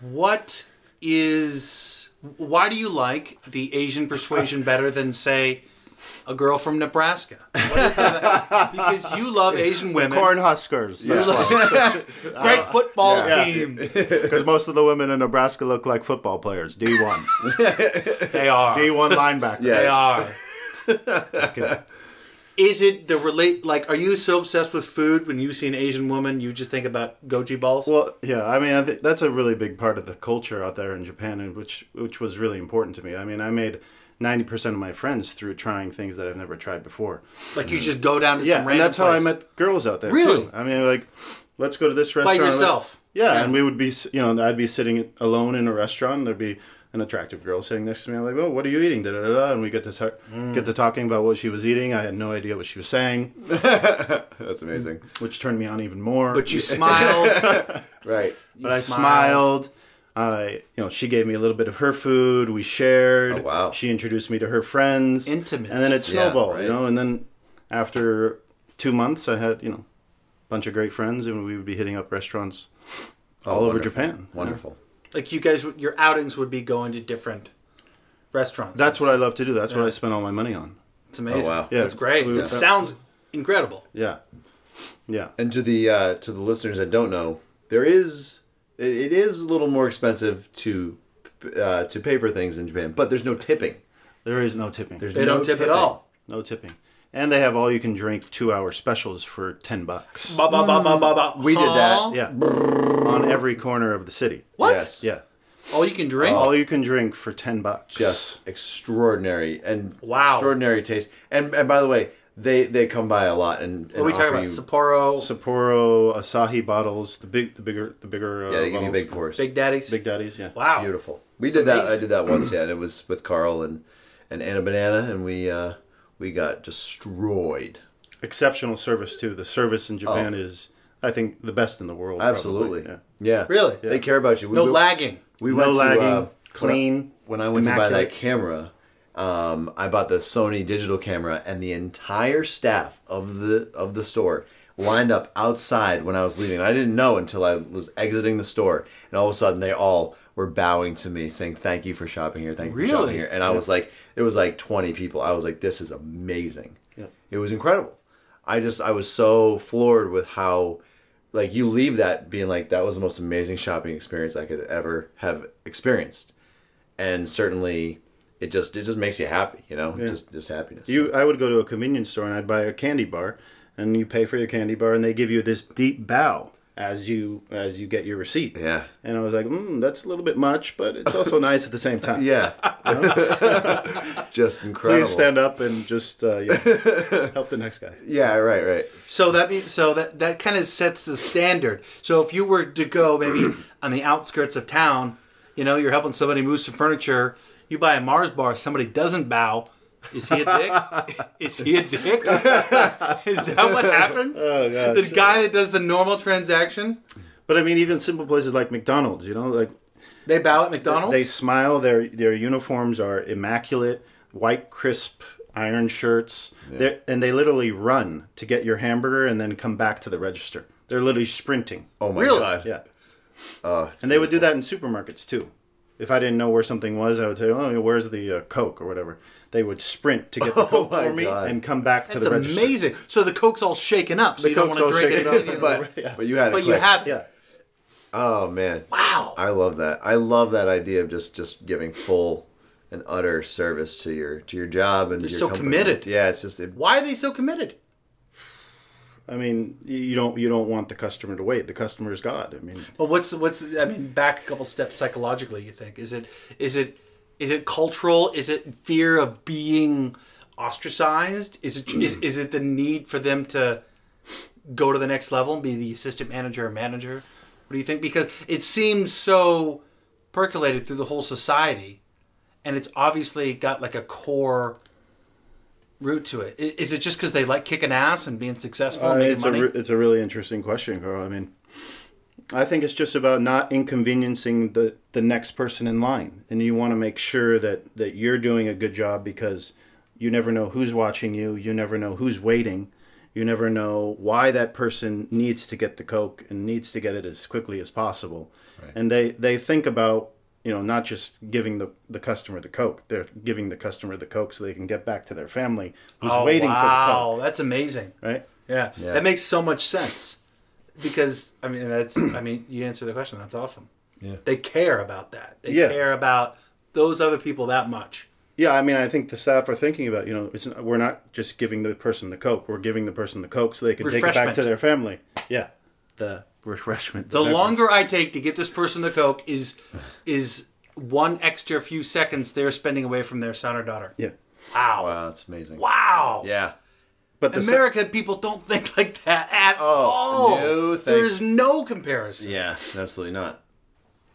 Speaker 2: what is why do you like the Asian persuasion better than say a girl from Nebraska? What is that? Because you love Asian women.
Speaker 3: Corn Huskers. That's why.
Speaker 2: Great football
Speaker 3: Uh, Yeah.
Speaker 2: team.
Speaker 3: Because most of the women in Nebraska look like football players. D1.
Speaker 2: They are.
Speaker 3: D1 linebacker.
Speaker 4: Yeah.
Speaker 2: They are.
Speaker 3: Just kidding.
Speaker 2: Is it the relate? Like, are you so obsessed with food when you see an Asian woman, you just think about goji balls?
Speaker 3: Well, yeah, I mean, I th- that's a really big part of the culture out there in Japan, and which which was really important to me. I mean, I made ninety percent of my friends through trying things that I've never tried before.
Speaker 2: like, you just go down to
Speaker 3: Yeah,
Speaker 2: some
Speaker 3: and
Speaker 2: random
Speaker 3: that's how I
Speaker 2: place.
Speaker 3: met girls out there.
Speaker 2: Really?
Speaker 3: too. I mean, like, let's go to this restaurant let's-
Speaker 2: yourself?
Speaker 3: Yeah,
Speaker 2: Yeah.
Speaker 3: and we would be, s- you know, I'd be sitting alone in a restaurant. And there'd be an attractive girl sitting next to me. I'm like, oh, what are you eating? Da da da. da. And we get to ta-
Speaker 2: Mm.
Speaker 3: get to talking about what she was eating. I had no idea what she was saying,
Speaker 4: That's amazing.
Speaker 3: which turned me on even more.
Speaker 2: But you smiled.
Speaker 4: Right.
Speaker 3: but I smiled. I, you know, she gave me a little bit of her food. We shared.
Speaker 4: Oh, wow.
Speaker 3: She introduced me to her friends.
Speaker 2: Intimate.
Speaker 3: And then it
Speaker 4: Yeah,
Speaker 3: snowballed,
Speaker 4: right.
Speaker 3: you know. And then after two months, I had, you know, a bunch of great friends, and we would be hitting up restaurants all over
Speaker 4: Oh, wonderful.
Speaker 3: Japan. you know?
Speaker 4: Wonderful.
Speaker 2: like, you guys, would- your outings would be going to different restaurants.
Speaker 3: That's what I love to do. That's what I spend all my money on.
Speaker 2: It's amazing.
Speaker 4: Oh, wow.
Speaker 3: Yeah.
Speaker 2: That's great.
Speaker 3: We would-
Speaker 2: It sounds incredible.
Speaker 3: Yeah. Yeah.
Speaker 4: And to the uh, to the listeners that don't know, there is it, it is a little more expensive to uh, to pay for things in Japan, but there's no tipping.
Speaker 3: There is no tipping. There's
Speaker 2: They
Speaker 4: No
Speaker 2: don't tip
Speaker 4: tipping.
Speaker 2: at all.
Speaker 3: no tipping. And they have all you can drink two hour specials for 10 bucks
Speaker 2: Ba, ba, ba, ba, ba, ba.
Speaker 4: We did that.
Speaker 2: Huh?
Speaker 3: Yeah. on every corner of the city.
Speaker 2: What?
Speaker 4: Yes.
Speaker 3: Yeah.
Speaker 2: All you can drink?
Speaker 3: All you can drink for 10 bucks.
Speaker 4: Just extraordinary and
Speaker 2: Wow.
Speaker 4: extraordinary taste. And and by the way, they they come by a lot and, and
Speaker 2: what are we
Speaker 4: offer
Speaker 2: talking about?
Speaker 4: you-
Speaker 2: Sapporo,
Speaker 3: Sapporo Asahi bottles, the big, the bigger, the bigger. Uh,
Speaker 4: yeah, they give you
Speaker 3: bottles.
Speaker 4: big pours.
Speaker 2: Big Daddies.
Speaker 3: big daddies. Yeah,
Speaker 2: wow.
Speaker 4: Beautiful. We did that. I
Speaker 2: amazing.
Speaker 4: did that once. Yeah, and it was with Carl and and Anna Banana, and we uh, we got destroyed.
Speaker 3: exceptional service too. The service in Japan is, I think, the best in the world. probably.
Speaker 4: Oh. Absolutely.
Speaker 3: Yeah.
Speaker 4: Yeah.
Speaker 2: Really?
Speaker 4: They care about you. We
Speaker 2: No
Speaker 4: went-
Speaker 2: lagging.
Speaker 4: We
Speaker 3: No
Speaker 4: went
Speaker 3: lagging,
Speaker 4: to, uh,
Speaker 3: clean,
Speaker 4: When I, when I went to buy that
Speaker 3: immaculate.
Speaker 4: camera, um, I bought the Sony digital camera, and the entire staff of the of the store lined up outside when I was leaving. I didn't know until I was exiting the store, and all of a sudden they all were bowing to me, saying "Thank you for shopping here, thank you for shopping
Speaker 2: Really?
Speaker 4: here." And I was like, it was like twenty people. I was like, this is amazing. It was incredible. I just I was so floored with how like you leave that being like that was the most amazing shopping experience I could ever have experienced. And certainly it just it just makes you happy, you know? Just just happiness.
Speaker 3: You, I would go to a convenience store and I'd buy a candy bar, and you pay for your candy bar, and they give you this deep bow as you as you get your receipt.
Speaker 4: Yeah.
Speaker 3: And I was like, mm, that's a little bit much, but it's also nice at the same time.
Speaker 4: yeah. just incredible.
Speaker 3: Please stand up and just uh, yeah, help the next guy.
Speaker 4: Yeah, right, right.
Speaker 2: So that means so that that kind of sets the standard. So if you were to go maybe on the outskirts of town, you know, you're helping somebody move some furniture, you buy a Mars bar, somebody doesn't bow. Is he a dick? Is he a dick? Is that what happens? Oh,
Speaker 3: gosh.
Speaker 2: The guy that does the normal transaction,
Speaker 3: But I mean, even simple places like McDonald's, you know, like
Speaker 2: they bow at McDonald's.
Speaker 3: They smile. Their their uniforms are immaculate, white, crisp iron shirts. They're And they literally run to get your hamburger and then come back to the register. They're literally sprinting.
Speaker 4: Oh my
Speaker 2: Really?
Speaker 4: god.
Speaker 3: Yeah,
Speaker 4: Oh, it's
Speaker 3: and they would do that in supermarkets too. If I didn't know where something was, I would say, "Oh, where's the uh, Coke or whatever." They would sprint to get the Coke
Speaker 4: Oh my
Speaker 3: for me
Speaker 4: God.
Speaker 3: and come back to
Speaker 2: That's
Speaker 3: the register.
Speaker 2: amazing. So the Coke's all shaken up, so you don't
Speaker 3: Coke's
Speaker 2: want to
Speaker 3: all
Speaker 2: drink it.
Speaker 3: shaken up,
Speaker 2: you know,
Speaker 4: but but you had it
Speaker 2: but you
Speaker 4: clicked.
Speaker 2: have it.
Speaker 3: Yeah,
Speaker 4: Oh man.
Speaker 2: Wow.
Speaker 4: I love that. I love that idea of just just giving full and utter service to your to your job and You're your
Speaker 2: so
Speaker 4: company.
Speaker 2: committed.
Speaker 4: Yeah, it's just it,
Speaker 2: Why are they so committed?
Speaker 3: I mean, y- you don't you don't want the customer to wait. The customer is God. I mean,
Speaker 2: But what's what's I mean, back a couple steps psychologically. You think is it is it is it cultural? Is it fear of being ostracized? Is it is, is it the need for them to go to the next level and be the assistant manager or manager? What do you think? Because it seems so percolated through the whole society, and it's obviously got like a core root to it. I- Is it just because they like kicking ass and being successful and
Speaker 3: Uh,
Speaker 2: making
Speaker 3: it's
Speaker 2: money?
Speaker 3: a re- it's a really interesting question, Carl. I mean, I think it's just about not inconveniencing the the next person in line, and you want to make sure that that you're doing a good job because you never know who's watching you, you never know who's waiting, you never know why that person needs to get the coke and needs to get it as quickly as possible, and they they think about you know not just giving the the customer the coke they're giving the customer the coke so they can get back to their family who's
Speaker 2: Oh,
Speaker 3: waiting
Speaker 2: wow,
Speaker 3: for
Speaker 2: that's amazing.
Speaker 3: the coke right
Speaker 2: Yeah. that makes so much sense because I mean that's I mean you answer the question. That's awesome. Yeah, they care about that. They
Speaker 3: Yeah.
Speaker 2: care about those other people that much.
Speaker 3: Yeah, I mean, I think the staff are thinking about you know, it's, we're not just giving the person the coke; we're giving the person the coke so they can take it back
Speaker 2: Refreshment.
Speaker 3: to their family. Yeah, the refreshment.
Speaker 2: The
Speaker 3: beverage.
Speaker 2: longer I take to get this person the coke is is one extra few seconds they're spending away from their son or daughter.
Speaker 3: Yeah,
Speaker 2: Wow.
Speaker 4: Wow, that's amazing.
Speaker 2: Wow.
Speaker 4: Yeah.
Speaker 3: but the sa-
Speaker 2: America people don't think like that at all.
Speaker 4: no thank-
Speaker 2: There's no comparison.
Speaker 4: Yeah, absolutely not.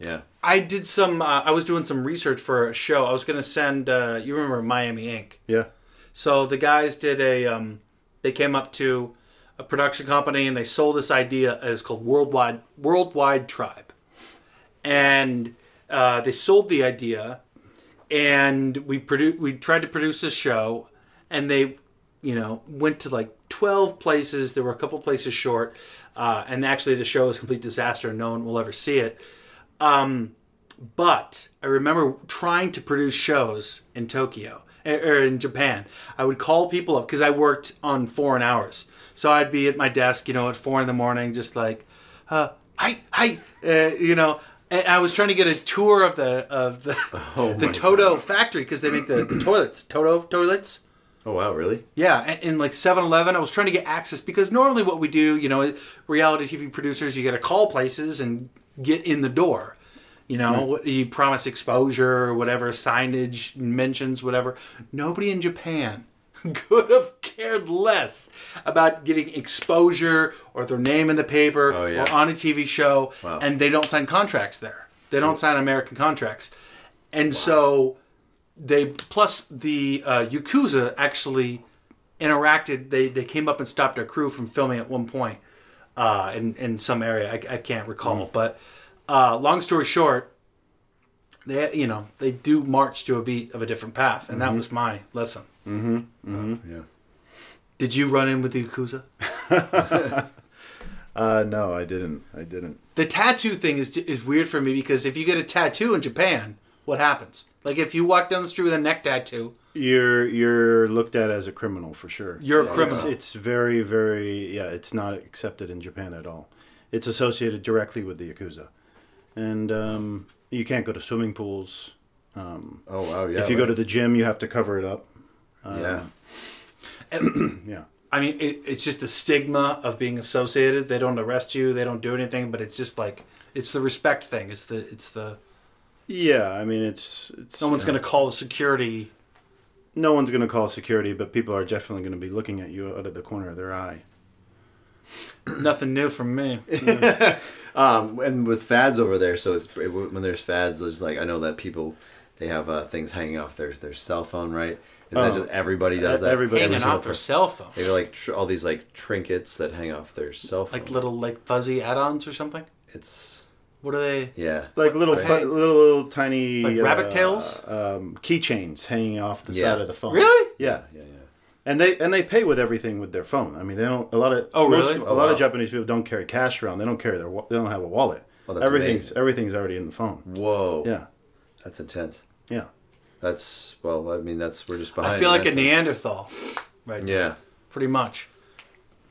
Speaker 4: Yeah.
Speaker 2: I did some. Uh, I was doing some research for a show. I was going to send. Uh, you remember Miami Ink?
Speaker 3: yeah,
Speaker 2: So the guys did a. Um, they came up to a production company and they sold this idea. It was called Worldwide Worldwide Tribe, and uh, they sold the idea, and we produ- We tried to produce this show, and they, you know, went to like twelve places. There were a couple places short, uh, and actually the show was a complete disaster. No one will ever see it. But I remember trying to produce shows in Tokyo eh, or in Japan. I would call people up because I worked on foreign hours. So I'd be at my desk, you know, at four in the morning, just like, uh, hi, hi, uh, you know. And I was trying to get a tour of the of the, the Toto factory because they make the, the toilets, Toto toilets.
Speaker 4: Oh wow, really?
Speaker 2: Yeah, and, and like 7-Eleven, I was trying to get access because normally what we do, you know, reality TV producers, you got to call places and get in the door. You know, what, you promise exposure or whatever, signage, mentions, whatever. Nobody in Japan could have cared less about getting exposure or their name in the paper
Speaker 4: yeah.
Speaker 2: or on a TV show, and they don't sign contracts there. They don't sign American contracts. And so they plus the uh, yakuza actually interacted. They they came up and stopped our crew from filming at one point uh, in in some area. I, I can't recall,
Speaker 3: Mm-hmm.
Speaker 2: but uh, long story short, they you know they do march to a beat of a different path, and that was my lesson. Mm-hmm. Mm-hmm. Yeah. Did you run in with the yakuza?
Speaker 3: uh, no, I didn't. I didn't.
Speaker 2: The tattoo thing is is weird for me because if you get a tattoo in Japan, what happens? Like if you walk down the street with a neck tattoo,
Speaker 3: You're you're looked at as a criminal for sure.
Speaker 2: You're a
Speaker 3: Yeah,
Speaker 2: criminal.
Speaker 3: It's, it's very very yeah. It's not accepted in Japan at all. It's associated directly with the yakuza, and um, you can't go to swimming pools.
Speaker 4: Oh wow, yeah.
Speaker 3: if you go to the gym, you have to cover it up.
Speaker 4: yeah.
Speaker 3: Yeah.
Speaker 2: I mean, it, it's just the stigma of being associated. They don't arrest you. They don't do anything. But it's just like it's the respect thing. It's the it's the
Speaker 3: Yeah, I mean it's it's
Speaker 2: someone's going to call the security.
Speaker 3: no one's going to call security, but people are definitely going to be looking at you out of the corner of their eye.
Speaker 2: Nothing new from me.
Speaker 4: Um, and with fads over there, so it's it, when there's fads, it's like I know that people they have uh, things hanging off their their cell phone, right? Is that
Speaker 3: Oh.
Speaker 4: just everybody does
Speaker 3: E-
Speaker 4: that?
Speaker 3: everybody
Speaker 4: Every
Speaker 2: Hanging
Speaker 4: single
Speaker 2: off their
Speaker 4: person.
Speaker 2: cell phone,
Speaker 4: They have like tr- all these like trinkets that hang off their cell phone.
Speaker 2: like little like fuzzy add-ons or something.
Speaker 4: it's
Speaker 2: What are they?
Speaker 4: yeah.
Speaker 3: Like little
Speaker 2: Right.
Speaker 3: fu- little, little tiny uh,
Speaker 2: Like rabbit tails?
Speaker 3: um, keychains hanging off the
Speaker 4: Yeah.
Speaker 3: side of the phone.
Speaker 2: Really?
Speaker 3: Yeah.
Speaker 4: yeah, yeah.
Speaker 3: And they and they pay with everything with their phone. I mean, they don't a lot of
Speaker 2: Oh, really?
Speaker 3: a
Speaker 2: Oh,
Speaker 3: lot
Speaker 4: wow.
Speaker 3: of Japanese people don't carry cash around. They don't carry their wa- they don't have a wallet.
Speaker 4: Oh, that's
Speaker 3: everything's
Speaker 4: amazing.
Speaker 3: everything's already in the phone.
Speaker 4: Whoa.
Speaker 3: Yeah.
Speaker 4: That's intense.
Speaker 3: Yeah.
Speaker 4: That's well. I mean, that's we're just behind.
Speaker 2: I feel
Speaker 4: in
Speaker 2: like
Speaker 4: that
Speaker 2: a
Speaker 4: sense.
Speaker 2: Neanderthal, right? now,
Speaker 4: Yeah.
Speaker 2: pretty much.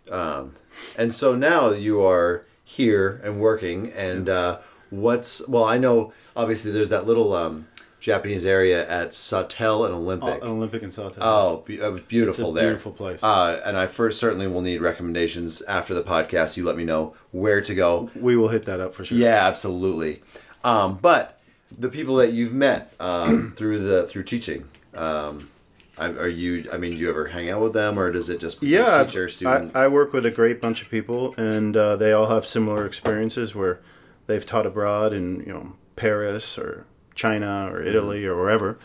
Speaker 4: And so now you are here and working. And uh, what's well, I know obviously there's that little um, Japanese area at Sawtell and Olympic.
Speaker 3: An Olympic and South.
Speaker 4: Oh, be- uh, beautiful
Speaker 3: It's a
Speaker 4: there.
Speaker 3: beautiful place.
Speaker 4: Uh, and I first certainly will need recommendations after the podcast. You let me know where to go.
Speaker 3: We will hit that up for sure.
Speaker 4: Yeah, absolutely. Um, but the people that you've met um, through the through teaching, um, I- are you? I mean, do you ever hang out with them, or does it just become
Speaker 3: yeah
Speaker 4: teacher
Speaker 3: I-
Speaker 4: student?
Speaker 3: I, I work with a great bunch of people and uh, they all have similar experiences where they've taught abroad in you know paris or china
Speaker 4: Mm-hmm.
Speaker 3: or italy or wherever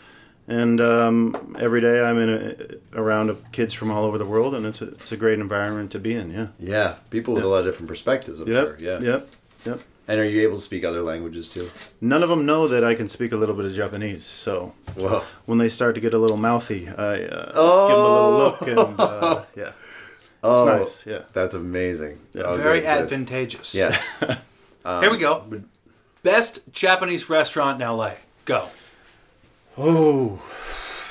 Speaker 3: and um, every day i'm in a, around kids from all over the world and it's a, it's a great environment to be in yeah
Speaker 4: yeah, people with a lot of different perspectives. I'm
Speaker 3: yep
Speaker 4: sure. Yeah.
Speaker 3: yep yep
Speaker 4: And are you able to speak other languages too?
Speaker 3: none of them know that i can speak a little bit of japanese so
Speaker 4: Whoa.
Speaker 3: when they start to get a little mouthy i uh, give them a little look and uh, yeah
Speaker 4: Oh,
Speaker 3: nice, yeah.
Speaker 4: That's amazing. Oh,
Speaker 2: Very
Speaker 4: good, good.
Speaker 2: advantageous.
Speaker 4: Yes.
Speaker 3: um,
Speaker 2: Here we go. Best Japanese restaurant in LA. Go.
Speaker 3: Oh,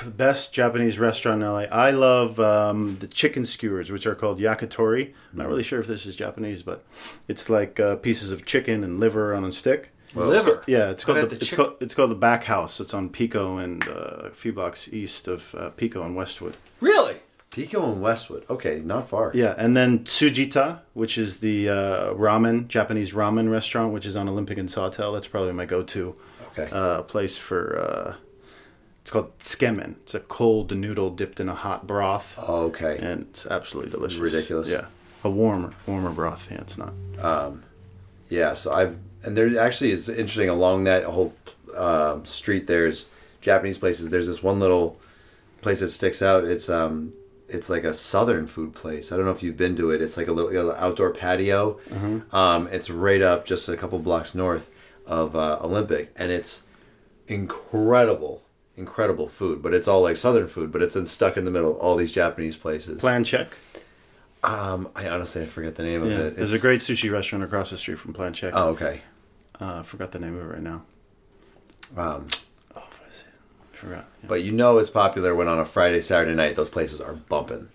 Speaker 3: the best Japanese restaurant in LA. I love um, the chicken skewers, which are called yakitori. I'm not really sure if this is Japanese, but it's like uh, pieces of chicken and liver on a stick.
Speaker 2: Liver.
Speaker 3: Yeah, it's called
Speaker 2: I
Speaker 3: the,
Speaker 2: bet the
Speaker 3: it's
Speaker 2: chick-
Speaker 3: called it's called the back house. It's on Pico and uh, a few blocks east of uh, Pico and Westwood.
Speaker 2: Really?
Speaker 4: Pico and Westwood. Okay, not far.
Speaker 3: Yeah, and then Tsujita, which is the uh, ramen Japanese ramen restaurant, which is on Olympic and Sawtell. That's probably my go-to
Speaker 4: Okay.
Speaker 3: uh, place for. Uh, it's called tsukemen. It's a cold noodle dipped in a hot broth,
Speaker 4: okay.
Speaker 3: and it's absolutely delicious.
Speaker 4: Ridiculous.
Speaker 3: Yeah, a warmer warmer broth. Yeah, it's not.
Speaker 4: Yeah, so I've and there actually is interesting along that whole um, street. There's Japanese places. There's this one little place that sticks out. It's um, it's like a southern food place. I don't know if you've been to it. It's like a little, little outdoor patio.
Speaker 3: Mm-hmm.
Speaker 4: Um, it's right up just a couple blocks north of uh, Olympic, and it's incredible, incredible food. But it's all like southern food, but it's in, stuck in the middle. of All these Japanese places.
Speaker 3: Plan check.
Speaker 4: Um, I honestly I forget the name of
Speaker 3: Yeah,
Speaker 4: it.
Speaker 3: there's a
Speaker 4: It's-
Speaker 3: great sushi restaurant across the street from Plan Check.
Speaker 4: Oh, okay.
Speaker 3: Uh, I forgot the name of it right now. Oh,
Speaker 4: Um,
Speaker 3: What is it? Forgot. Yeah.
Speaker 4: But you know it's popular when on a Friday, Saturday night, those places are bumping.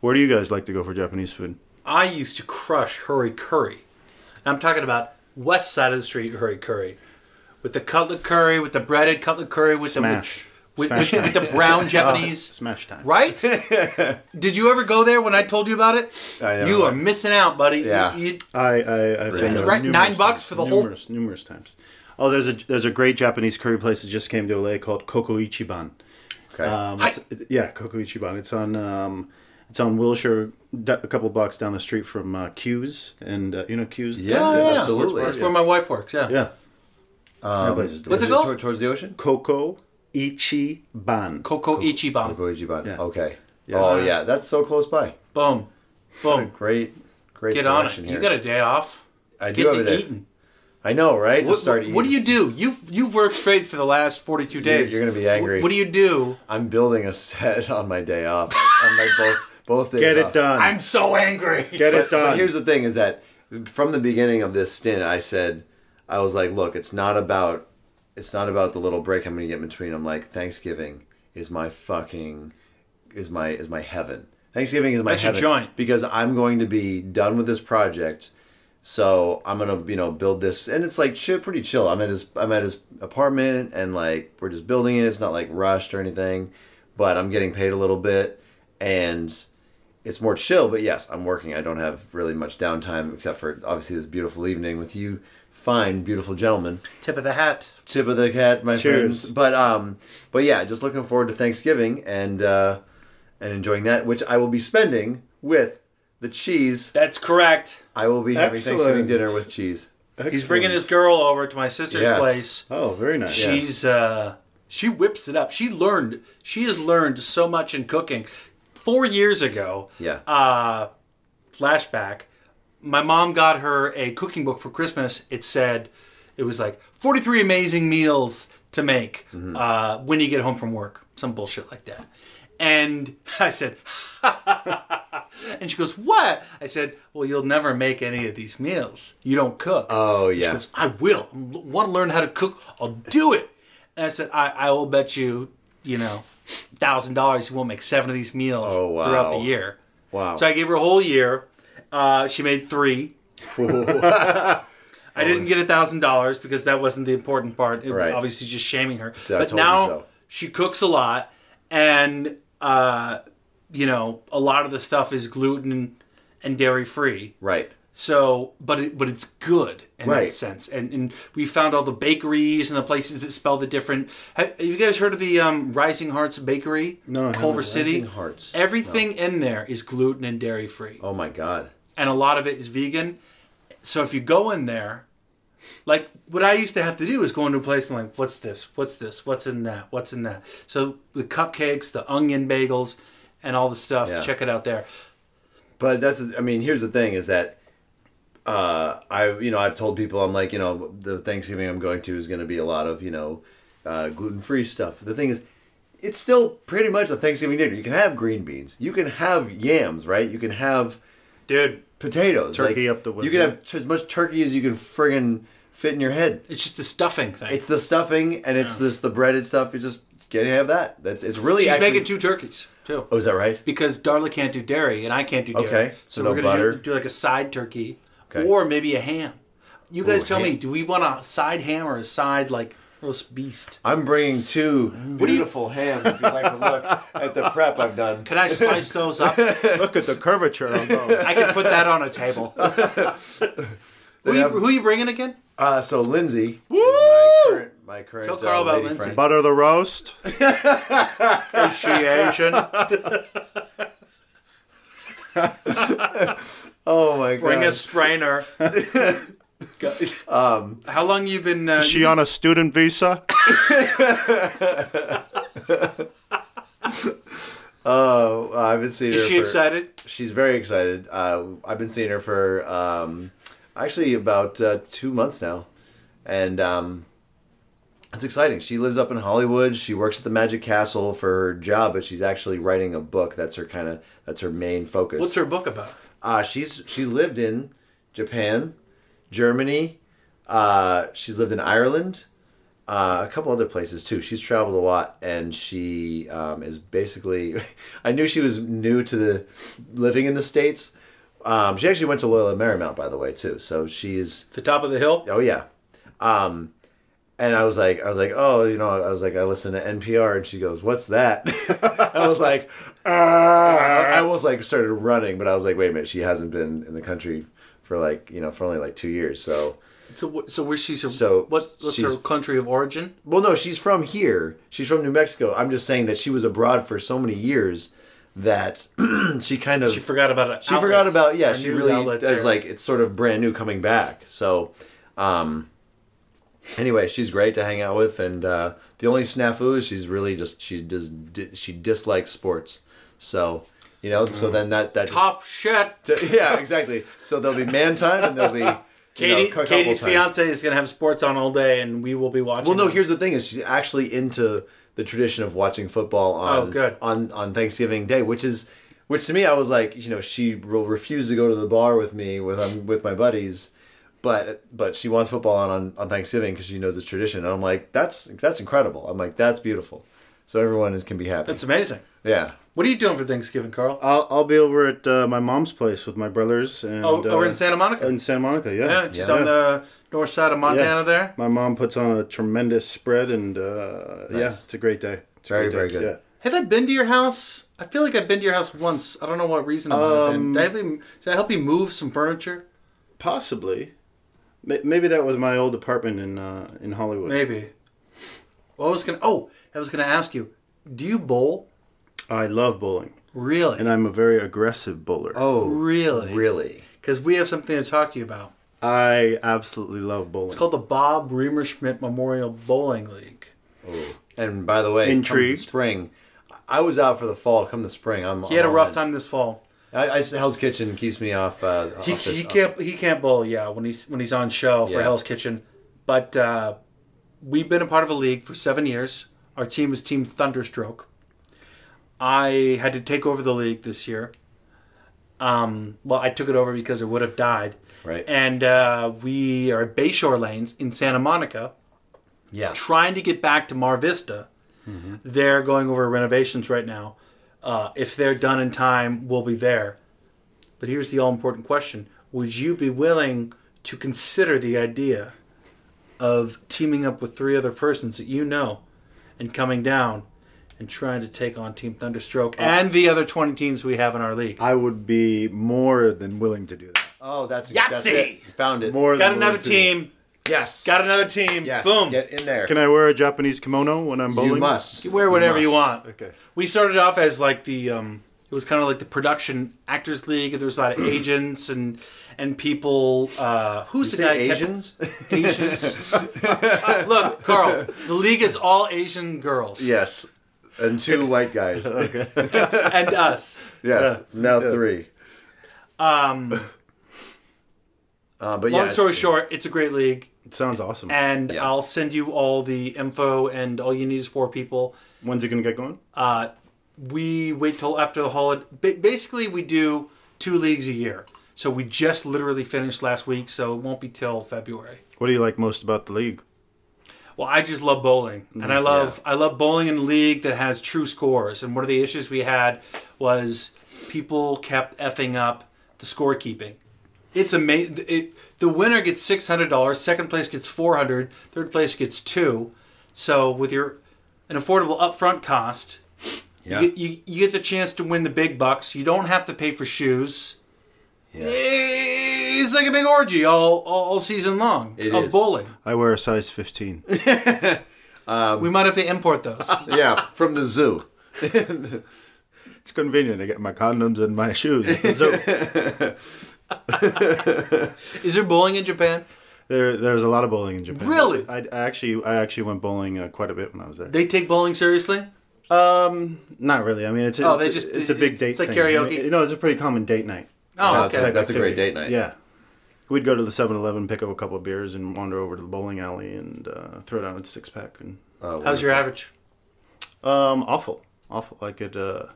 Speaker 3: Where do you guys like to go for Japanese food?
Speaker 2: I used to crush Hurry Curry. And I'm talking about west side of the street Hurry Curry. With the cutlet curry, with the breaded cutlet curry, with
Speaker 3: Smash.
Speaker 2: the with,
Speaker 3: Smash
Speaker 2: with, with the brown Japanese.
Speaker 3: Ah, Smash time.
Speaker 2: Right? Did you ever go there when I told you about it?
Speaker 4: I know.
Speaker 2: You are missing out, buddy.
Speaker 4: Yeah.
Speaker 2: You- you-
Speaker 3: I, I I've been there
Speaker 2: Right,
Speaker 3: numerous
Speaker 2: nine bucks
Speaker 3: times,
Speaker 2: for the whole-
Speaker 3: numerous, whole numerous times. Oh, there's a there's a great Japanese curry place that just came to LA called Koko Ichiban.
Speaker 4: Okay.
Speaker 3: Um, it's- it- yeah, Koko Ichiban. It's on um, it's on Wilshire, d- a couple blocks down the street from uh, Q's, and uh, you know Q's.
Speaker 4: Yeah,
Speaker 2: Oh,
Speaker 4: yeah,
Speaker 2: yeah.
Speaker 4: absolutely.
Speaker 2: That's where my wife works, yeah.
Speaker 3: yeah. that place is
Speaker 2: What's it
Speaker 3: delicious.
Speaker 2: called?
Speaker 4: Tor- towards the ocean?
Speaker 3: Koko Ichiban.
Speaker 2: Coco Ichiban.
Speaker 4: Koijiban.
Speaker 3: Yeah.
Speaker 4: Okay. Oh, yeah. That's so close by.
Speaker 2: Boom. Boom.
Speaker 4: Great, great
Speaker 2: Get on it.
Speaker 4: selection
Speaker 2: You
Speaker 4: here.
Speaker 2: got a day off.
Speaker 4: I do have
Speaker 2: Get
Speaker 4: a
Speaker 2: to
Speaker 4: day.
Speaker 2: eating.
Speaker 4: I know, right?
Speaker 2: What,
Speaker 4: Just start
Speaker 2: what-
Speaker 4: eating.
Speaker 2: what do you do? You've you've worked straight for the last forty two days.
Speaker 4: you're gonna be angry.
Speaker 2: What, what do you do?
Speaker 4: I'm building a set on my day off. on my both, both days
Speaker 3: Get it
Speaker 4: off.
Speaker 3: done.
Speaker 2: so angry.
Speaker 3: Get it done.
Speaker 4: But here's the thing: is that from the beginning of this stint, I said, I was like, look, it's not about, it's not about the little break I'm going to get in between. I'm like, Thanksgiving is my fucking, is my is my heaven. Thanksgiving is my
Speaker 2: That's your
Speaker 4: heaven
Speaker 2: joint.
Speaker 4: because I'm going to be done with this project. So I'm gonna, you know, build this, and it's like chill, pretty chill. I'm at his, I'm at his apartment, and like we're just building it. It's not like rushed or anything, but I'm getting paid a little bit, and it's more chill. But yes, I'm working. I don't have really much downtime except for obviously this beautiful evening with you, fine, beautiful gentlemen.
Speaker 2: Tip of the hat.
Speaker 4: Tip of the cat, my
Speaker 3: Cheers.
Speaker 4: friends. But um, but yeah, just looking forward to Thanksgiving and uh, and enjoying that, which I will be spending with the cheese.
Speaker 2: That's correct.
Speaker 4: I will be having
Speaker 3: Excellent.
Speaker 4: Thanksgiving dinner with cheese.
Speaker 2: He's bringing his girl over to my sister's
Speaker 4: Yes.
Speaker 2: place.
Speaker 3: Oh, very nice.
Speaker 2: She's uh she whips it up. She learned she has learned so much in cooking. Four years ago,
Speaker 4: Yeah.
Speaker 2: uh flashback, my mom got her a cooking book for Christmas. It said it was like 43 amazing meals to make
Speaker 4: Mm-hmm.
Speaker 2: uh, when you get home from work. Some bullshit like that. And I said, and she goes, What? I said, Well, you'll never make any of these meals. You don't cook.
Speaker 4: Oh,
Speaker 2: And she
Speaker 4: yeah.
Speaker 2: goes, I will. I want to learn how to cook. I'll do it. And I said, I, I will bet you, you know, thousand dollars you won't make seven of these meals
Speaker 4: Oh, wow.
Speaker 2: throughout the year.
Speaker 4: Wow.
Speaker 2: So I gave her a whole year. Uh, she made three. I didn't get a thousand dollars because that wasn't the important part. It was
Speaker 4: Right.
Speaker 2: obviously just shaming her.
Speaker 4: I
Speaker 2: but
Speaker 4: told you
Speaker 2: now
Speaker 4: so.
Speaker 2: she cooks a lot, and uh, you know a lot of the stuff is gluten and dairy free.
Speaker 4: Right.
Speaker 2: So, but it, but it's good in
Speaker 4: Right.
Speaker 2: that sense. And and we found all the bakeries and the places that spell the different. Have, have you guys heard of the um, Rising Hearts Bakery?
Speaker 3: No, I
Speaker 2: Culver
Speaker 3: haven't.
Speaker 2: City.
Speaker 4: Rising Hearts.
Speaker 2: Everything in there is gluten and dairy free,
Speaker 4: Oh my god.
Speaker 2: and a lot of it is vegan. So if you go in there, like what I used to have to do is go into a place and like, what's this? What's this? What's in that? What's in that? So the cupcakes, the onion bagels, and all the stuff.
Speaker 4: Yeah.
Speaker 2: Check it out there.
Speaker 4: But that's I mean, here's the thing is that uh I you know, I've told people I'm like, you know, the Thanksgiving I'm going to is going to be a lot of, you know, uh gluten-free stuff. The thing is it's still pretty much a Thanksgiving dinner. You can have green beans. You can have yams, right? You can have
Speaker 2: Dude,
Speaker 4: potatoes.
Speaker 3: Turkey
Speaker 4: like,
Speaker 3: up the
Speaker 4: You can
Speaker 3: wazoo.
Speaker 4: have t- as much turkey as you can friggin' fit in your head.
Speaker 2: it's just the stuffing thing.
Speaker 4: It's the stuffing and it's this the breaded stuff. You just can't have that. That's it's really
Speaker 2: She's
Speaker 4: actually-
Speaker 2: making two turkeys too.
Speaker 4: Oh, is that right?
Speaker 2: because Darla can't do dairy and I can't do dairy.
Speaker 4: Okay, so
Speaker 2: so,
Speaker 4: no
Speaker 2: we're gonna
Speaker 4: butter.
Speaker 2: do, do like a side turkey
Speaker 4: Okay.
Speaker 2: or maybe a ham. You guys
Speaker 4: Ooh,
Speaker 2: tell me,
Speaker 4: ham.
Speaker 2: do we want a side ham or a side like roast beast?
Speaker 4: I'm bringing two beautiful hams. If you like to look at the prep I've done.
Speaker 2: Can I slice those up?
Speaker 3: Look at the curvature on those.
Speaker 2: I can put that on a table. who, you, who you bringing again?
Speaker 4: Uh, so Lindsay, my current, my current
Speaker 2: Tell Carl
Speaker 4: uh,
Speaker 2: about
Speaker 4: lady
Speaker 2: Lindsay.
Speaker 4: friend.
Speaker 3: Butter the roast.
Speaker 2: Is she Asian?
Speaker 4: Oh my god!
Speaker 2: Bring a strainer. um, How long you been? Uh,
Speaker 3: She on a student visa.
Speaker 4: Oh, I haven't seen her.
Speaker 2: is she
Speaker 4: for-
Speaker 2: excited?
Speaker 4: She's very excited. Uh, I've been seeing her for um, actually about uh, two months now, and um, it's exciting. She lives up in Hollywood. She works at the Magic Castle for her job, but she's actually writing a book. That's her kind of that's her main focus.
Speaker 2: What's her book about?
Speaker 4: Uh, she's she lived in Japan, Germany. Uh, she's lived in Ireland, uh, a couple other places too. She's traveled a lot, and she um, is basically. I knew she was new to the living in the states. Um, she actually went to Loyola Marymount, by the way, too. So she's
Speaker 2: The top of the hill.
Speaker 4: oh yeah, um, and I was like I was like oh you know I was like I listen to NPR, and she goes what's that? I was like "Uh," I almost like started running, but I was like, wait a minute, she hasn't been in the country for like you know for only like two years. So,
Speaker 2: So, wh- so where she's? Her,
Speaker 4: So
Speaker 2: what, what's her
Speaker 4: she's-
Speaker 2: country of origin?
Speaker 4: well, no, she's from here. She's from New Mexico. I'm just saying that she was abroad for so many years that she kind of
Speaker 2: She forgot about it.
Speaker 4: she forgot about yeah
Speaker 2: Her
Speaker 4: she
Speaker 2: news
Speaker 4: really
Speaker 2: outlets
Speaker 4: is
Speaker 2: are-
Speaker 4: like it's sort of brand new coming back so um anyway she's great to hang out with and uh the only snafu is she's really just she just di- she dislikes sports so you know so then that that just-
Speaker 2: top shit.
Speaker 4: yeah exactly so there'll be man time and there'll be you know,
Speaker 2: Katie,
Speaker 4: couple
Speaker 2: Katie's
Speaker 4: time.
Speaker 2: fiance is gonna have sports on all day, and we will be watching.
Speaker 4: Well, no.
Speaker 2: them.
Speaker 4: Here's the thing: is she's actually into the tradition of watching football on
Speaker 2: Oh, good.
Speaker 4: on on Thanksgiving Day, which is which to me I was like, you know, she will refuse to go to the bar with me with um, with my buddies, but but she wants football on on, on Thanksgiving because she knows it's tradition, and I'm like, that's that's incredible. I'm like, that's beautiful. So everyone is, can be happy.
Speaker 2: that's amazing.
Speaker 4: yeah.
Speaker 2: What are you doing for Thanksgiving, Carl?
Speaker 4: Oh,
Speaker 3: I'll, I'll be over at uh, my mom's place with my brothers and
Speaker 2: oh,
Speaker 3: uh,
Speaker 2: over in Santa Monica.
Speaker 3: in Santa Monica. Yeah,
Speaker 2: yeah, just on the north side of Montana.
Speaker 3: Yeah.
Speaker 2: There.
Speaker 3: My mom puts on a tremendous spread, and uh, yeah, it's a great day. It's a
Speaker 4: Very,
Speaker 3: great day.
Speaker 4: very good.
Speaker 2: Have I been to your house? I feel like I've been to your house once. I don't know what reason. I might have
Speaker 4: Um,
Speaker 2: been. Did I, help you, did I help you move some furniture?
Speaker 3: Possibly, Ma- maybe that was my old apartment in uh, in Hollywood.
Speaker 2: Maybe. Well, I was gonna. Oh, I was gonna ask you. Do you bowl?
Speaker 3: I love bowling,
Speaker 2: Really?
Speaker 3: and I'm a very aggressive bowler.
Speaker 4: Oh,
Speaker 2: really?
Speaker 4: really?
Speaker 2: Because we have something to talk to you about.
Speaker 3: I absolutely love bowling.
Speaker 2: It's called the Bob Reamerschmidt Memorial Bowling League.
Speaker 4: And by the way, come the
Speaker 3: Intrigued.
Speaker 4: spring. I was out for the fall. Come the spring, I'm.
Speaker 2: He had a
Speaker 4: I'm
Speaker 2: rough
Speaker 4: on.
Speaker 2: time this fall.
Speaker 4: I, I, Hell's Kitchen keeps me off. Uh,
Speaker 2: He,
Speaker 4: off the-
Speaker 2: he can't he can't bowl. Yeah, when he's when he's on show for
Speaker 4: Yeah.
Speaker 2: Hell's Kitchen, but uh, we've been a part of a league for seven years. Our team is Team Thunderstroke. I had to take over the league this year. Um, well, I took it over because it would have died.
Speaker 4: Right.
Speaker 2: And uh, we are at Bayshore Lanes in Santa Monica,
Speaker 4: yeah.
Speaker 2: trying to get back to Mar Vista. They're going over renovations right now. Uh, if they're done in time, we'll be there. But here's the all important question Would you be willing to consider the idea of teaming up with three other persons that you know and coming down and trying to take on Team Thunderstroke
Speaker 4: Uh,
Speaker 2: and the other 20 teams we have in our league?
Speaker 5: I would be more than willing to do that.
Speaker 4: Oh, that's That's
Speaker 2: Yahtzee!
Speaker 4: it. You found it.
Speaker 3: More
Speaker 2: Got
Speaker 3: than
Speaker 2: another
Speaker 3: willing to do
Speaker 2: team.
Speaker 4: Yes.
Speaker 2: Got another team.
Speaker 4: Yes.
Speaker 2: Boom.
Speaker 4: Get in there.
Speaker 3: it. Can I wear a Japanese kimono when I'm bowling?
Speaker 4: you must.
Speaker 2: You wear whatever you
Speaker 4: must.
Speaker 2: want.
Speaker 5: Okay.
Speaker 2: We started off as like the um it was kind of like the production actors league. There was a lot of agents and and people uh who's the guy
Speaker 4: Say
Speaker 2: that kept-
Speaker 4: Asians?
Speaker 2: Asians. Look, Carl, the league is all Asian girls
Speaker 4: yes. And two white guys. yes.
Speaker 2: and us.
Speaker 4: Now three.
Speaker 2: Um
Speaker 4: Uh, but
Speaker 2: long
Speaker 4: yeah,
Speaker 2: story short, it's a great league
Speaker 3: It sounds awesome.
Speaker 2: and
Speaker 4: Yeah.
Speaker 2: I'll send you all the info and all you need is four people.
Speaker 3: When's it gonna get going?
Speaker 2: Uh, we wait till after the holiday. ba- Basically, we do two leagues a year. So we just literally finished last week, so it won't be till February.
Speaker 3: What do you like most about the league?
Speaker 2: Well, I just love bowling, and I love I love bowling in a league that has true scores. And one of the issues we had was people kept effing up the scorekeeping. It's amazing. It, the winner gets six hundred dollars. Second place gets four hundred. Third place gets two. So with your an affordable upfront cost,
Speaker 3: Yeah.
Speaker 2: you, get, you you get the chance to win the big bucks. You don't have to pay for shoes. Eh, It's like a big orgy all all, all season long of
Speaker 4: is.
Speaker 2: bowling.
Speaker 3: I wear a size 15.
Speaker 2: we might have to import those.
Speaker 4: Yeah, from the zoo. Uh,
Speaker 3: It's convenient. I get my condoms and my shoes. at the zoo.
Speaker 2: Is there bowling in Japan?
Speaker 3: there, there's a lot of bowling in Japan.
Speaker 2: Really?
Speaker 3: I, I actually, I actually went bowling uh, quite a bit when I was there.
Speaker 2: They take bowling seriously.
Speaker 3: Not really. I mean, it's a,
Speaker 2: Oh,
Speaker 3: it's,
Speaker 2: they
Speaker 3: a-
Speaker 2: just-
Speaker 3: it's a big date.
Speaker 2: it's like
Speaker 3: thing. I mean,
Speaker 2: karaoke.
Speaker 3: you know, it's a pretty common date night.
Speaker 2: Oh,
Speaker 4: That's,
Speaker 2: okay.
Speaker 4: that's a great
Speaker 3: activity.
Speaker 4: date night.
Speaker 3: Yeah. We'd go to the 7-Eleven, pick up a couple of beers, and wander over to the bowling alley and uh, throw down a six pack. And
Speaker 2: How's your average?
Speaker 3: um, awful, awful. I could. Uh,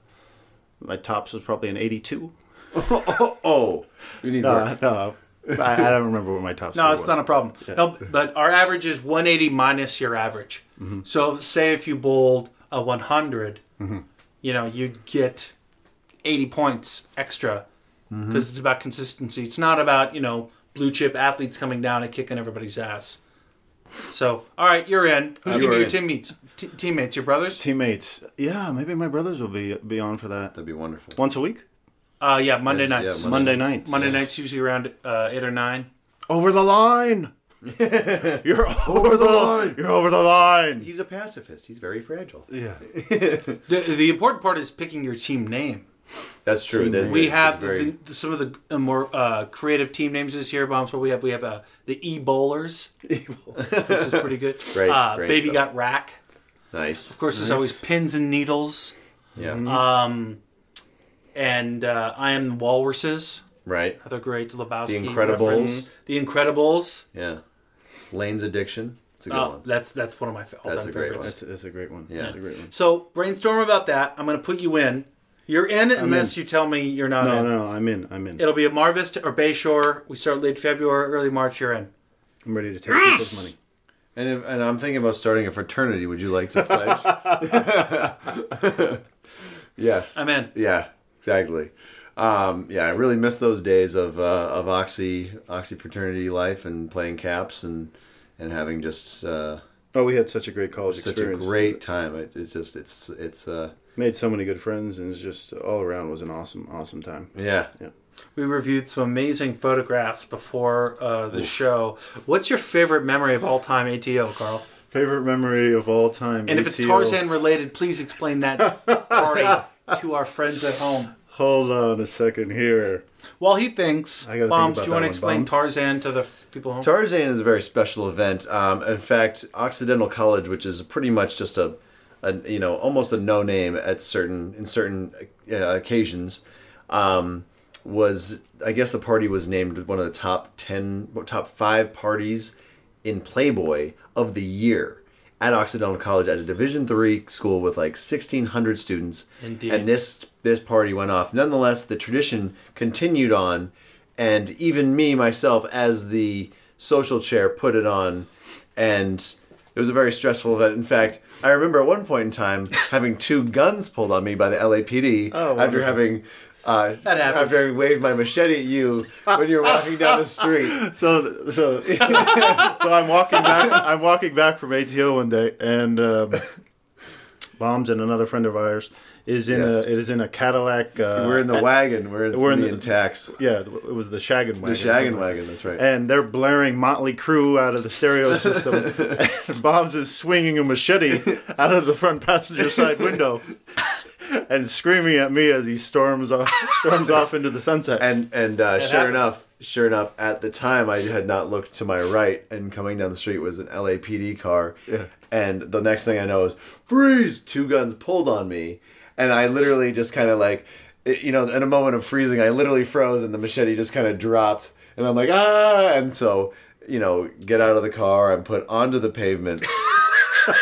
Speaker 3: my tops was probably an eighty-two.
Speaker 4: Oh, you need work.
Speaker 3: Uh, no, I, I don't remember what my tops.
Speaker 2: No, it's not a problem. No, but our average is 180 minus your average. So say if you bowled a 100, you know you'd get 80 points extra because it's about consistency. It's not about you know blue chip athletes coming down and kicking everybody's ass. So all right, you're in. Who's gonna
Speaker 4: You're
Speaker 2: be your
Speaker 4: in.
Speaker 2: teammates? T- teammates, your brothers?
Speaker 3: teammates. Yeah, maybe my brothers will be be on for that
Speaker 4: That'd be wonderful.
Speaker 3: once a week,
Speaker 2: uh, yeah, Monday nights.
Speaker 4: Monday.
Speaker 2: Monday.
Speaker 3: Monday nights.
Speaker 2: nights usually around uh, eight or nine.
Speaker 3: over the line. You're over the line. You're over the line.
Speaker 4: He's a pacifist. He's very fragile.
Speaker 3: Yeah.
Speaker 2: The, the important part is picking your team name.
Speaker 4: That's true. There's-
Speaker 2: We
Speaker 4: there's
Speaker 2: have
Speaker 4: very-
Speaker 2: the, the, some of the uh, more uh, creative team names this year. Bombs. What we have, we have uh, the E Bowlers, which is pretty good.
Speaker 4: Great,
Speaker 2: uh,
Speaker 4: great
Speaker 2: Baby
Speaker 4: stuff.
Speaker 2: got rack.
Speaker 4: nice.
Speaker 2: Of course, Mm-hmm. there's always pins and needles, um,
Speaker 4: Yeah.
Speaker 2: and uh, I am the Walruses.
Speaker 4: right.
Speaker 2: Another great Lebowski.
Speaker 4: The Incredibles.
Speaker 2: reference. The Incredibles.
Speaker 4: Yeah. Lane's addiction. It's a good
Speaker 2: Oh,
Speaker 4: one.
Speaker 2: that's that's one of my fa- all-time
Speaker 4: That's a great
Speaker 2: favorites.
Speaker 4: one.
Speaker 3: That's, that's a great one. Yeah. That's a great one.
Speaker 2: So brainstorm about that. I'm going to put you in. You're in unless you tell me you're not
Speaker 3: No,
Speaker 2: in.
Speaker 3: no, no. I'm in. I'm in.
Speaker 2: It'll be at Mar Vista or Bayshore. We start late February, early March. You're in.
Speaker 3: I'm ready to take people's money.
Speaker 4: And if, and I'm thinking about starting a fraternity. Would you like to pledge? yes.
Speaker 2: I'm in.
Speaker 4: Yeah. Exactly. Um, yeah, I really miss those days of uh, of oxy oxy fraternity life and playing caps and and having just uh,
Speaker 3: Oh, we had such a great college
Speaker 4: such a
Speaker 3: experience.
Speaker 4: great time. It, it's just it's it's uh,
Speaker 3: Made so many good friends, and it's just all around was an awesome, awesome time.
Speaker 4: yeah.
Speaker 2: We reviewed some amazing photographs before uh, the show. What's your favorite memory of all time ATO, Carl?
Speaker 3: Favorite memory of all time.
Speaker 2: And if it's
Speaker 3: ATO.
Speaker 2: Tarzan related, please explain that party to our friends at home.
Speaker 3: Hold on a second here.
Speaker 2: While he thinks,
Speaker 3: I gotta think about
Speaker 2: Bombs, do
Speaker 3: that
Speaker 2: you want
Speaker 3: one,
Speaker 2: to explain
Speaker 3: Bombs.
Speaker 2: Tarzan to the f- people home?
Speaker 4: Tarzan is a very special event. Um, in fact, Occidental College, which is pretty much just a, a you know almost a no name at certain in certain uh, occasions, um, was I guess the party was named one of the top ten, top five parties in Playboy of the year at Occidental College at a Division three school with like sixteen hundred students.
Speaker 2: Indeed.
Speaker 4: and this this party went off. Nonetheless, the tradition continued on, and even me myself, as the social chair, put it on, and it was a very stressful event. In fact, I remember at one point in time having two guns pulled on me by the LAPD
Speaker 3: Oh,
Speaker 4: after having. Uh,
Speaker 2: That happens.
Speaker 4: after having waved my machete at you when you were walking down the street.
Speaker 3: So, so, so I'm walking back. I'm walking back from ATO one day, and um, bombs and another friend of ours is in
Speaker 4: Yes.
Speaker 3: a. It is in a Cadillac. Uh,
Speaker 4: We're in the
Speaker 3: at-
Speaker 4: wagon. We're in,
Speaker 3: We're in
Speaker 4: the,
Speaker 3: the-
Speaker 4: tax.
Speaker 3: Yeah, it was the Shaggin' wagon.
Speaker 4: The shaggin'
Speaker 3: something like
Speaker 4: wagon. That's right.
Speaker 3: and they're blaring Motley Crue out of the stereo system. and Bob's is swinging a machete out of the front passenger side window and screaming at me as he storms off storms off into the sunset.
Speaker 4: and and uh, sure
Speaker 2: happens.
Speaker 4: enough, sure enough, at the time I had not looked to my right, and coming down the street was an LAPD car. And the next thing I know is freeze! Two guns pulled on me, and I literally just kind of like, it, you know, in a moment of freezing, I literally froze, and the machete just kind of dropped, and I'm like ah, and so you know, get out of the car and put onto the pavement.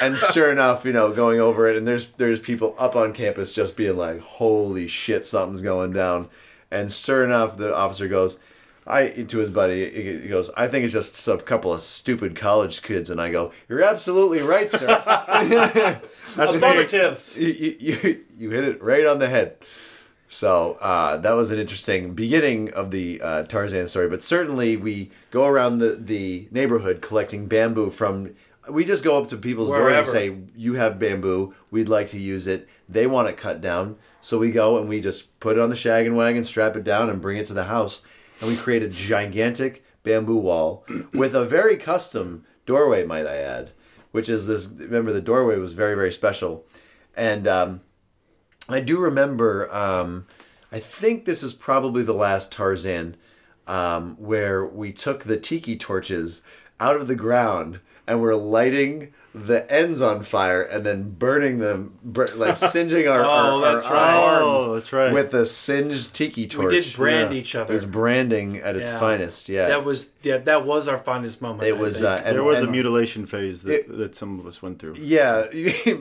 Speaker 4: and sure enough, you know, going over it, and there's there's people up on campus just being like, "Holy shit, something's going down." And sure enough, the officer goes, "I to his buddy, he he goes, I think it's just some couple of stupid college kids." And I go, "You're absolutely right, sir.
Speaker 3: That's me.
Speaker 2: Affirmative.
Speaker 4: you, you, you you hit it right on the head." So uh, that was an interesting beginning of the uh, Tarzan story. But certainly, we go around the, the neighborhood collecting bamboo from. We just go up to people's doors
Speaker 2: Wherever.
Speaker 4: and say, "You have bamboo. We'd like to use it. They want it cut down." So we go and we just put it on the shaggin' wagon, strap it down, and bring it to the house. And we create a gigantic bamboo wall with a very custom doorway, might I add, which is this. Remember, the doorway was very very special, and. Um, I do remember. Um, I think this is probably the last Tarzan um, where we took the tiki torches out of the ground and we're lighting the ends on fire and then burning them, bur- like singeing our, our,
Speaker 2: Oh, that's
Speaker 4: our
Speaker 2: right.
Speaker 4: arms
Speaker 5: Oh, that's right.
Speaker 4: with a singed tiki torch.
Speaker 2: We did brand each
Speaker 4: It
Speaker 2: other.
Speaker 4: was branding at its
Speaker 2: Yeah.
Speaker 4: finest. Yeah,
Speaker 2: That was yeah, that was our finest moment.
Speaker 4: it
Speaker 2: I
Speaker 4: was.
Speaker 2: think.
Speaker 4: Uh, and-
Speaker 5: There was a
Speaker 4: and-
Speaker 5: mutilation phase that,
Speaker 4: It-
Speaker 5: that some of us went through.
Speaker 4: Yeah,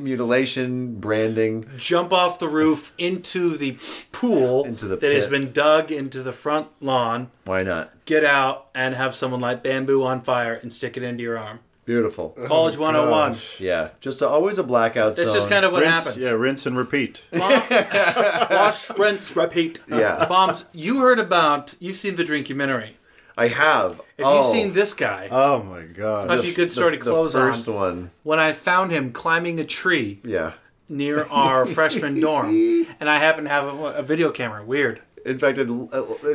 Speaker 4: mutilation, branding.
Speaker 2: jump off the roof into the pool
Speaker 4: Into the
Speaker 2: that has
Speaker 4: pit.
Speaker 2: been dug into the front lawn.
Speaker 4: Why not?
Speaker 2: Get out and have someone light bamboo on fire and stick it into your arm.
Speaker 4: Beautiful.
Speaker 2: College 101.
Speaker 4: Yeah, just a, always a blackout
Speaker 2: That's
Speaker 4: zone.
Speaker 2: just kind of what
Speaker 5: Rinse-
Speaker 2: happens.
Speaker 5: Yeah, rinse and repeat.
Speaker 2: Wash, rinse, repeat.
Speaker 4: Yeah.
Speaker 2: Bombs, you heard about, you've seen the drinkumentary.
Speaker 4: I have.
Speaker 2: Have
Speaker 4: oh.
Speaker 2: you seen this guy?
Speaker 5: Oh my god.
Speaker 2: Might be a good story to close
Speaker 4: the first
Speaker 2: on.
Speaker 4: one.
Speaker 2: When I found him climbing a tree
Speaker 4: Yeah.
Speaker 2: near our freshman dorm, and I happen to have a, a video camera. Weird.
Speaker 4: In fact, it, in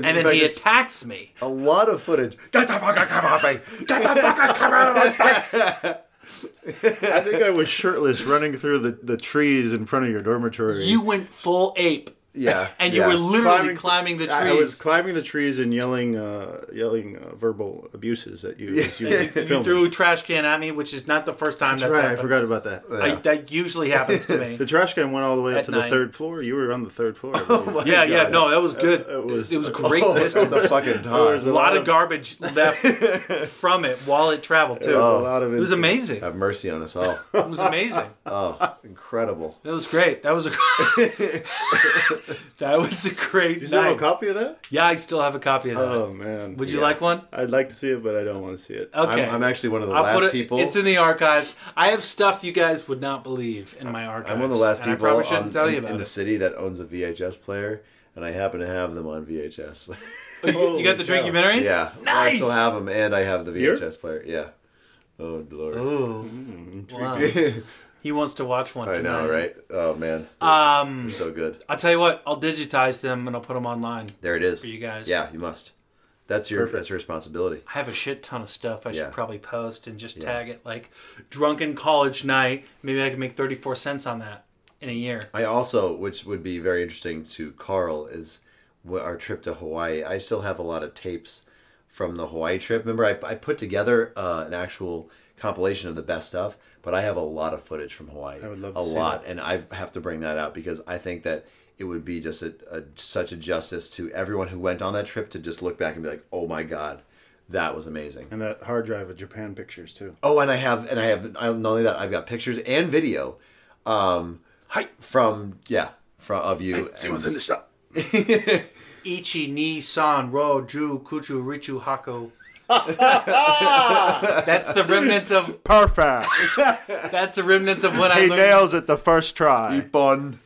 Speaker 2: And then
Speaker 4: fact,
Speaker 2: he
Speaker 4: it's
Speaker 2: attacks me.
Speaker 4: a lot of footage. Get the fuck out of my- get the fuck out of my face!
Speaker 5: I think I was shirtless running through the, the trees in front of your dormitory.
Speaker 2: You went full ape,
Speaker 4: yeah.
Speaker 2: and
Speaker 4: yeah.
Speaker 2: you were literally climbing, the trees.
Speaker 5: I I was climbing the trees and yelling, uh, yelling uh, verbal abuses at you. As you, were
Speaker 2: you
Speaker 5: filming.
Speaker 2: threw a trash can at me, which is not the first time that's,
Speaker 5: That's right. I
Speaker 2: happened.
Speaker 5: forgot about that.
Speaker 2: I- that usually happens to me.
Speaker 5: The trash can went all the way
Speaker 2: At Oh
Speaker 5: up to
Speaker 2: night.
Speaker 5: the third floor. You were on the third floor. I believe.
Speaker 2: yeah, yeah, no, that was good. It was,
Speaker 5: was-
Speaker 2: great distance.
Speaker 4: It's oh, a fucking time.
Speaker 5: There's
Speaker 2: a lot of garbage left from it while it traveled too. It
Speaker 5: was a lot of
Speaker 2: it was
Speaker 5: incidents.
Speaker 2: amazing. It
Speaker 4: Have mercy on us all.
Speaker 2: was amazing.
Speaker 4: Oh, incredible.
Speaker 2: That was great. That was a that was a great
Speaker 5: you still have
Speaker 2: night.
Speaker 5: a copy of that?
Speaker 2: yeah, I still have a copy of that.
Speaker 5: Oh man.
Speaker 2: Would you like one?
Speaker 5: I'd like to see it, but I don't want to see it.
Speaker 2: Okay,
Speaker 4: I'm, I'm actually one of the
Speaker 2: I'll
Speaker 4: last
Speaker 2: put it,
Speaker 4: people.
Speaker 2: It's in the archives. I have stuff you guys would not believe in my archives.
Speaker 4: I'm one of the last
Speaker 2: and
Speaker 4: people
Speaker 2: I probably shouldn't
Speaker 4: on-
Speaker 2: tell
Speaker 4: in,
Speaker 2: you about
Speaker 4: in the
Speaker 2: it.
Speaker 4: city that owns a VHS player, and I happen to have them on VHS.
Speaker 2: You got the drinkumentaries?
Speaker 4: yeah. I
Speaker 2: Nice.
Speaker 4: still have them, and I have the
Speaker 5: Here?
Speaker 4: VHS player. Yeah. Oh, Lord.
Speaker 2: Wow. he wants to watch one
Speaker 4: I
Speaker 2: tonight.
Speaker 4: know, right? Oh, man.
Speaker 2: Um,
Speaker 4: so good.
Speaker 2: I'll tell you what. I'll digitize them and I'll put them online.
Speaker 4: There it is.
Speaker 2: For you guys.
Speaker 4: Yeah, you must. That's your that's your responsibility.
Speaker 2: I have a shit ton of stuff I
Speaker 4: Yeah.
Speaker 2: should probably post and just tag it like drunken college night. Maybe I can make 34 cents on that in a year.
Speaker 4: I also, which would be very interesting to Carl, is wh- our trip to Hawaii. I still have a lot of tapes from the Hawaii trip. Remember, I, I put together uh, an actual compilation of the best stuff, but I have a lot of footage from Hawaii. I would
Speaker 5: love
Speaker 4: a
Speaker 5: to see
Speaker 4: lot, and I have to bring that out because I think that it would be just a, a such a justice to everyone who went on that trip to just look back and be like, "Oh my god, that was amazing."
Speaker 5: And that hard drive of Japan pictures too.
Speaker 4: Oh, and I have, and I have. I, not only that, I've got pictures and video, um, from yeah, from of you. and-
Speaker 2: Ichi ni san ro ju kuchu richu haku. that's the remnants of
Speaker 5: Perfect.
Speaker 2: that's the remnants of when I
Speaker 5: he
Speaker 2: learned
Speaker 5: nails it the first try.
Speaker 1: Fun.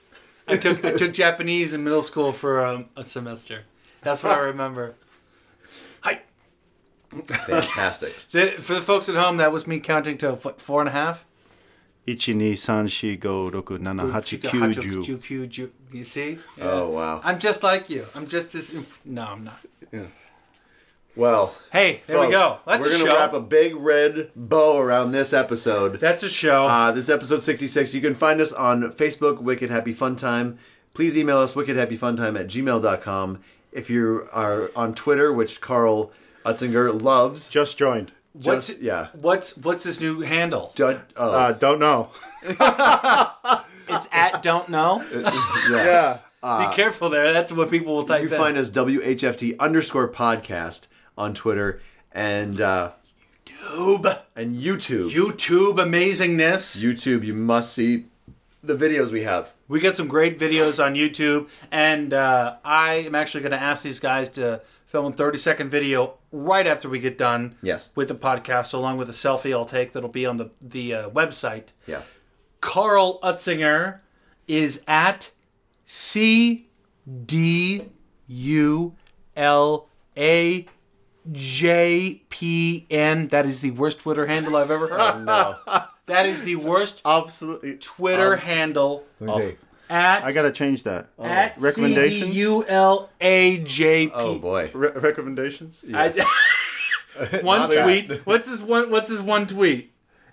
Speaker 2: I took I took Japanese in middle school for um, a semester. That's what I remember. Hi.
Speaker 4: fantastic.
Speaker 2: The, for the folks at home, that was me counting to what, four and a half.
Speaker 5: Ichi ni san shi go roku nana hachi
Speaker 2: Hachu,
Speaker 5: kyuju.
Speaker 2: ju, kyu, ju. You see?
Speaker 4: Oh wow.
Speaker 2: I'm just like you. I'm just as. Inf- no, I'm not.
Speaker 4: Well,
Speaker 2: Hey, there we
Speaker 4: folks,
Speaker 2: go. That's
Speaker 4: we're
Speaker 2: a
Speaker 4: gonna
Speaker 2: show.
Speaker 4: wrap a big red bow around this episode.
Speaker 2: That's a show.
Speaker 4: Uh, this is episode sixty six. You can find us on Facebook, Wicked Happy Fun Time. Please email us wickedhappyfuntime at gmail.com. If you are on Twitter, which Carl Utzinger loves,
Speaker 5: Just joined.
Speaker 2: what's
Speaker 4: just- yeah.
Speaker 2: What's what's his new handle?
Speaker 4: ju- oh,
Speaker 5: Uh, don't know.
Speaker 2: It's at don't know.
Speaker 4: yeah.
Speaker 5: Yeah.
Speaker 2: Be careful there. That's what people will type
Speaker 4: uh, You
Speaker 2: in.
Speaker 4: find us WHFT underscore podcast on Twitter and uh,
Speaker 2: YouTube.
Speaker 4: and YouTube.
Speaker 2: YouTube amazingness.
Speaker 4: YouTube, you must see the videos we have.
Speaker 2: We got some great videos on YouTube, and uh, I am actually going to ask these guys to film a 30 second video right after we get done
Speaker 4: Yes.
Speaker 2: with the podcast, along with a selfie I'll take that'll be on the, the uh, website.
Speaker 4: Yeah.
Speaker 2: Carl Utzinger is at C D U L A J P N. That is the worst Twitter handle I've ever heard.
Speaker 3: Oh,
Speaker 2: That is the worst
Speaker 3: Uh, Absolutely. um,
Speaker 2: Twitter handle
Speaker 4: Okay.
Speaker 2: at
Speaker 3: I gotta change that. Uh,
Speaker 2: at
Speaker 3: recommendations?
Speaker 2: U L A J P.
Speaker 4: Oh boy.
Speaker 3: Re- recommendations?
Speaker 2: I d- one
Speaker 4: Not bad.
Speaker 2: tweet. What's his one? What's his one tweet?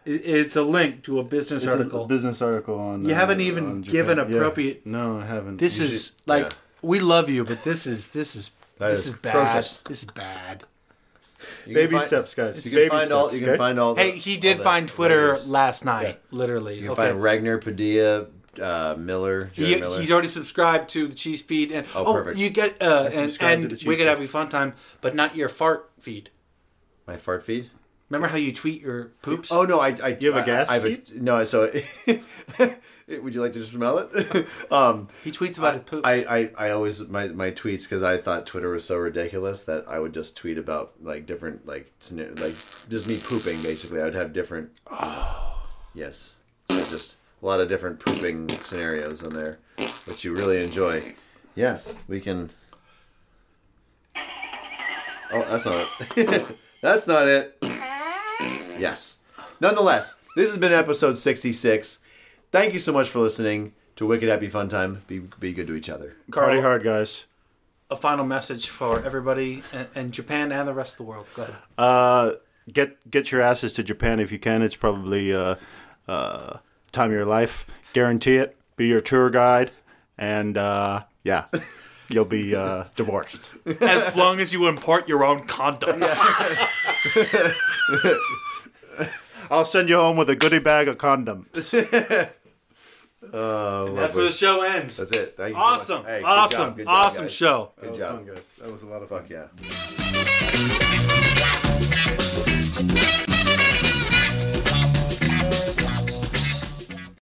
Speaker 2: I- It's a link to a business
Speaker 3: It's a
Speaker 2: article.
Speaker 3: business article on.
Speaker 2: You
Speaker 3: uh,
Speaker 2: haven't even
Speaker 3: on
Speaker 2: given
Speaker 3: Japan.
Speaker 2: appropriate-
Speaker 3: Yeah. No, I haven't.
Speaker 2: this
Speaker 3: You
Speaker 2: is
Speaker 3: should-
Speaker 2: like we love you, but this is this is this
Speaker 4: is
Speaker 2: is, bad.
Speaker 4: atrocious.
Speaker 2: This is bad.
Speaker 4: You can
Speaker 3: baby
Speaker 4: find-
Speaker 3: steps, guys.
Speaker 4: You can
Speaker 3: baby
Speaker 4: find
Speaker 3: steps.
Speaker 4: all. You can
Speaker 3: okay?
Speaker 4: find all.
Speaker 2: Hey,
Speaker 4: the-
Speaker 2: he
Speaker 4: all
Speaker 2: did
Speaker 4: the
Speaker 2: find Twitter
Speaker 4: writers.
Speaker 2: last night, literally.
Speaker 4: You can
Speaker 2: okay.
Speaker 4: find Ragnar Padilla, uh, Miller, Jerry
Speaker 2: He-
Speaker 4: Miller.
Speaker 2: he's already subscribed to the cheese feed and oh,
Speaker 4: Oh, perfect.
Speaker 2: you get uh, and,
Speaker 3: subscribed to
Speaker 2: and
Speaker 3: the cheese
Speaker 2: we could
Speaker 3: feed.
Speaker 2: have a fun time, but not your fart feed.
Speaker 4: my fart feed.
Speaker 2: Remember how you tweet your poops?
Speaker 4: Oh no, I. I
Speaker 3: You have a
Speaker 4: I-
Speaker 3: gas
Speaker 4: I have a-
Speaker 3: feed?
Speaker 4: no, so would you like to smell it? um,
Speaker 2: he tweets about his poops.
Speaker 4: I, I, I always my, my tweets because I thought Twitter was so ridiculous that I would just tweet about like different like scenar- like just me pooping basically. I would have different. Yes, So just a lot of different pooping scenarios on there, which you really enjoy. Yes, we can. Oh, that's not it. that's not it. Yes. Nonetheless, this has been episode 66. Thank you so much for listening to Wicked Happy Fun Time. Be, be good to each other.
Speaker 3: Party hard, guys.
Speaker 2: a final message for everybody in, in Japan and the rest of the world. Go ahead.
Speaker 3: Uh, get get your asses to Japan if you can. It's probably uh, uh, time of your life. Guarantee it. Be your tour guide, and uh, yeah, you'll be uh, divorced.
Speaker 2: as long as you import your own condoms.
Speaker 3: I'll send you home with a goodie bag of condoms.
Speaker 2: That's where the show ends.
Speaker 4: That's it. Thank you. so much.
Speaker 2: awesome,
Speaker 4: Hey, good
Speaker 2: awesome,
Speaker 4: job, good job,
Speaker 2: awesome
Speaker 4: guys.
Speaker 2: show.
Speaker 4: Good job.
Speaker 3: guys. That was a lot of fun.
Speaker 4: Fuck yeah.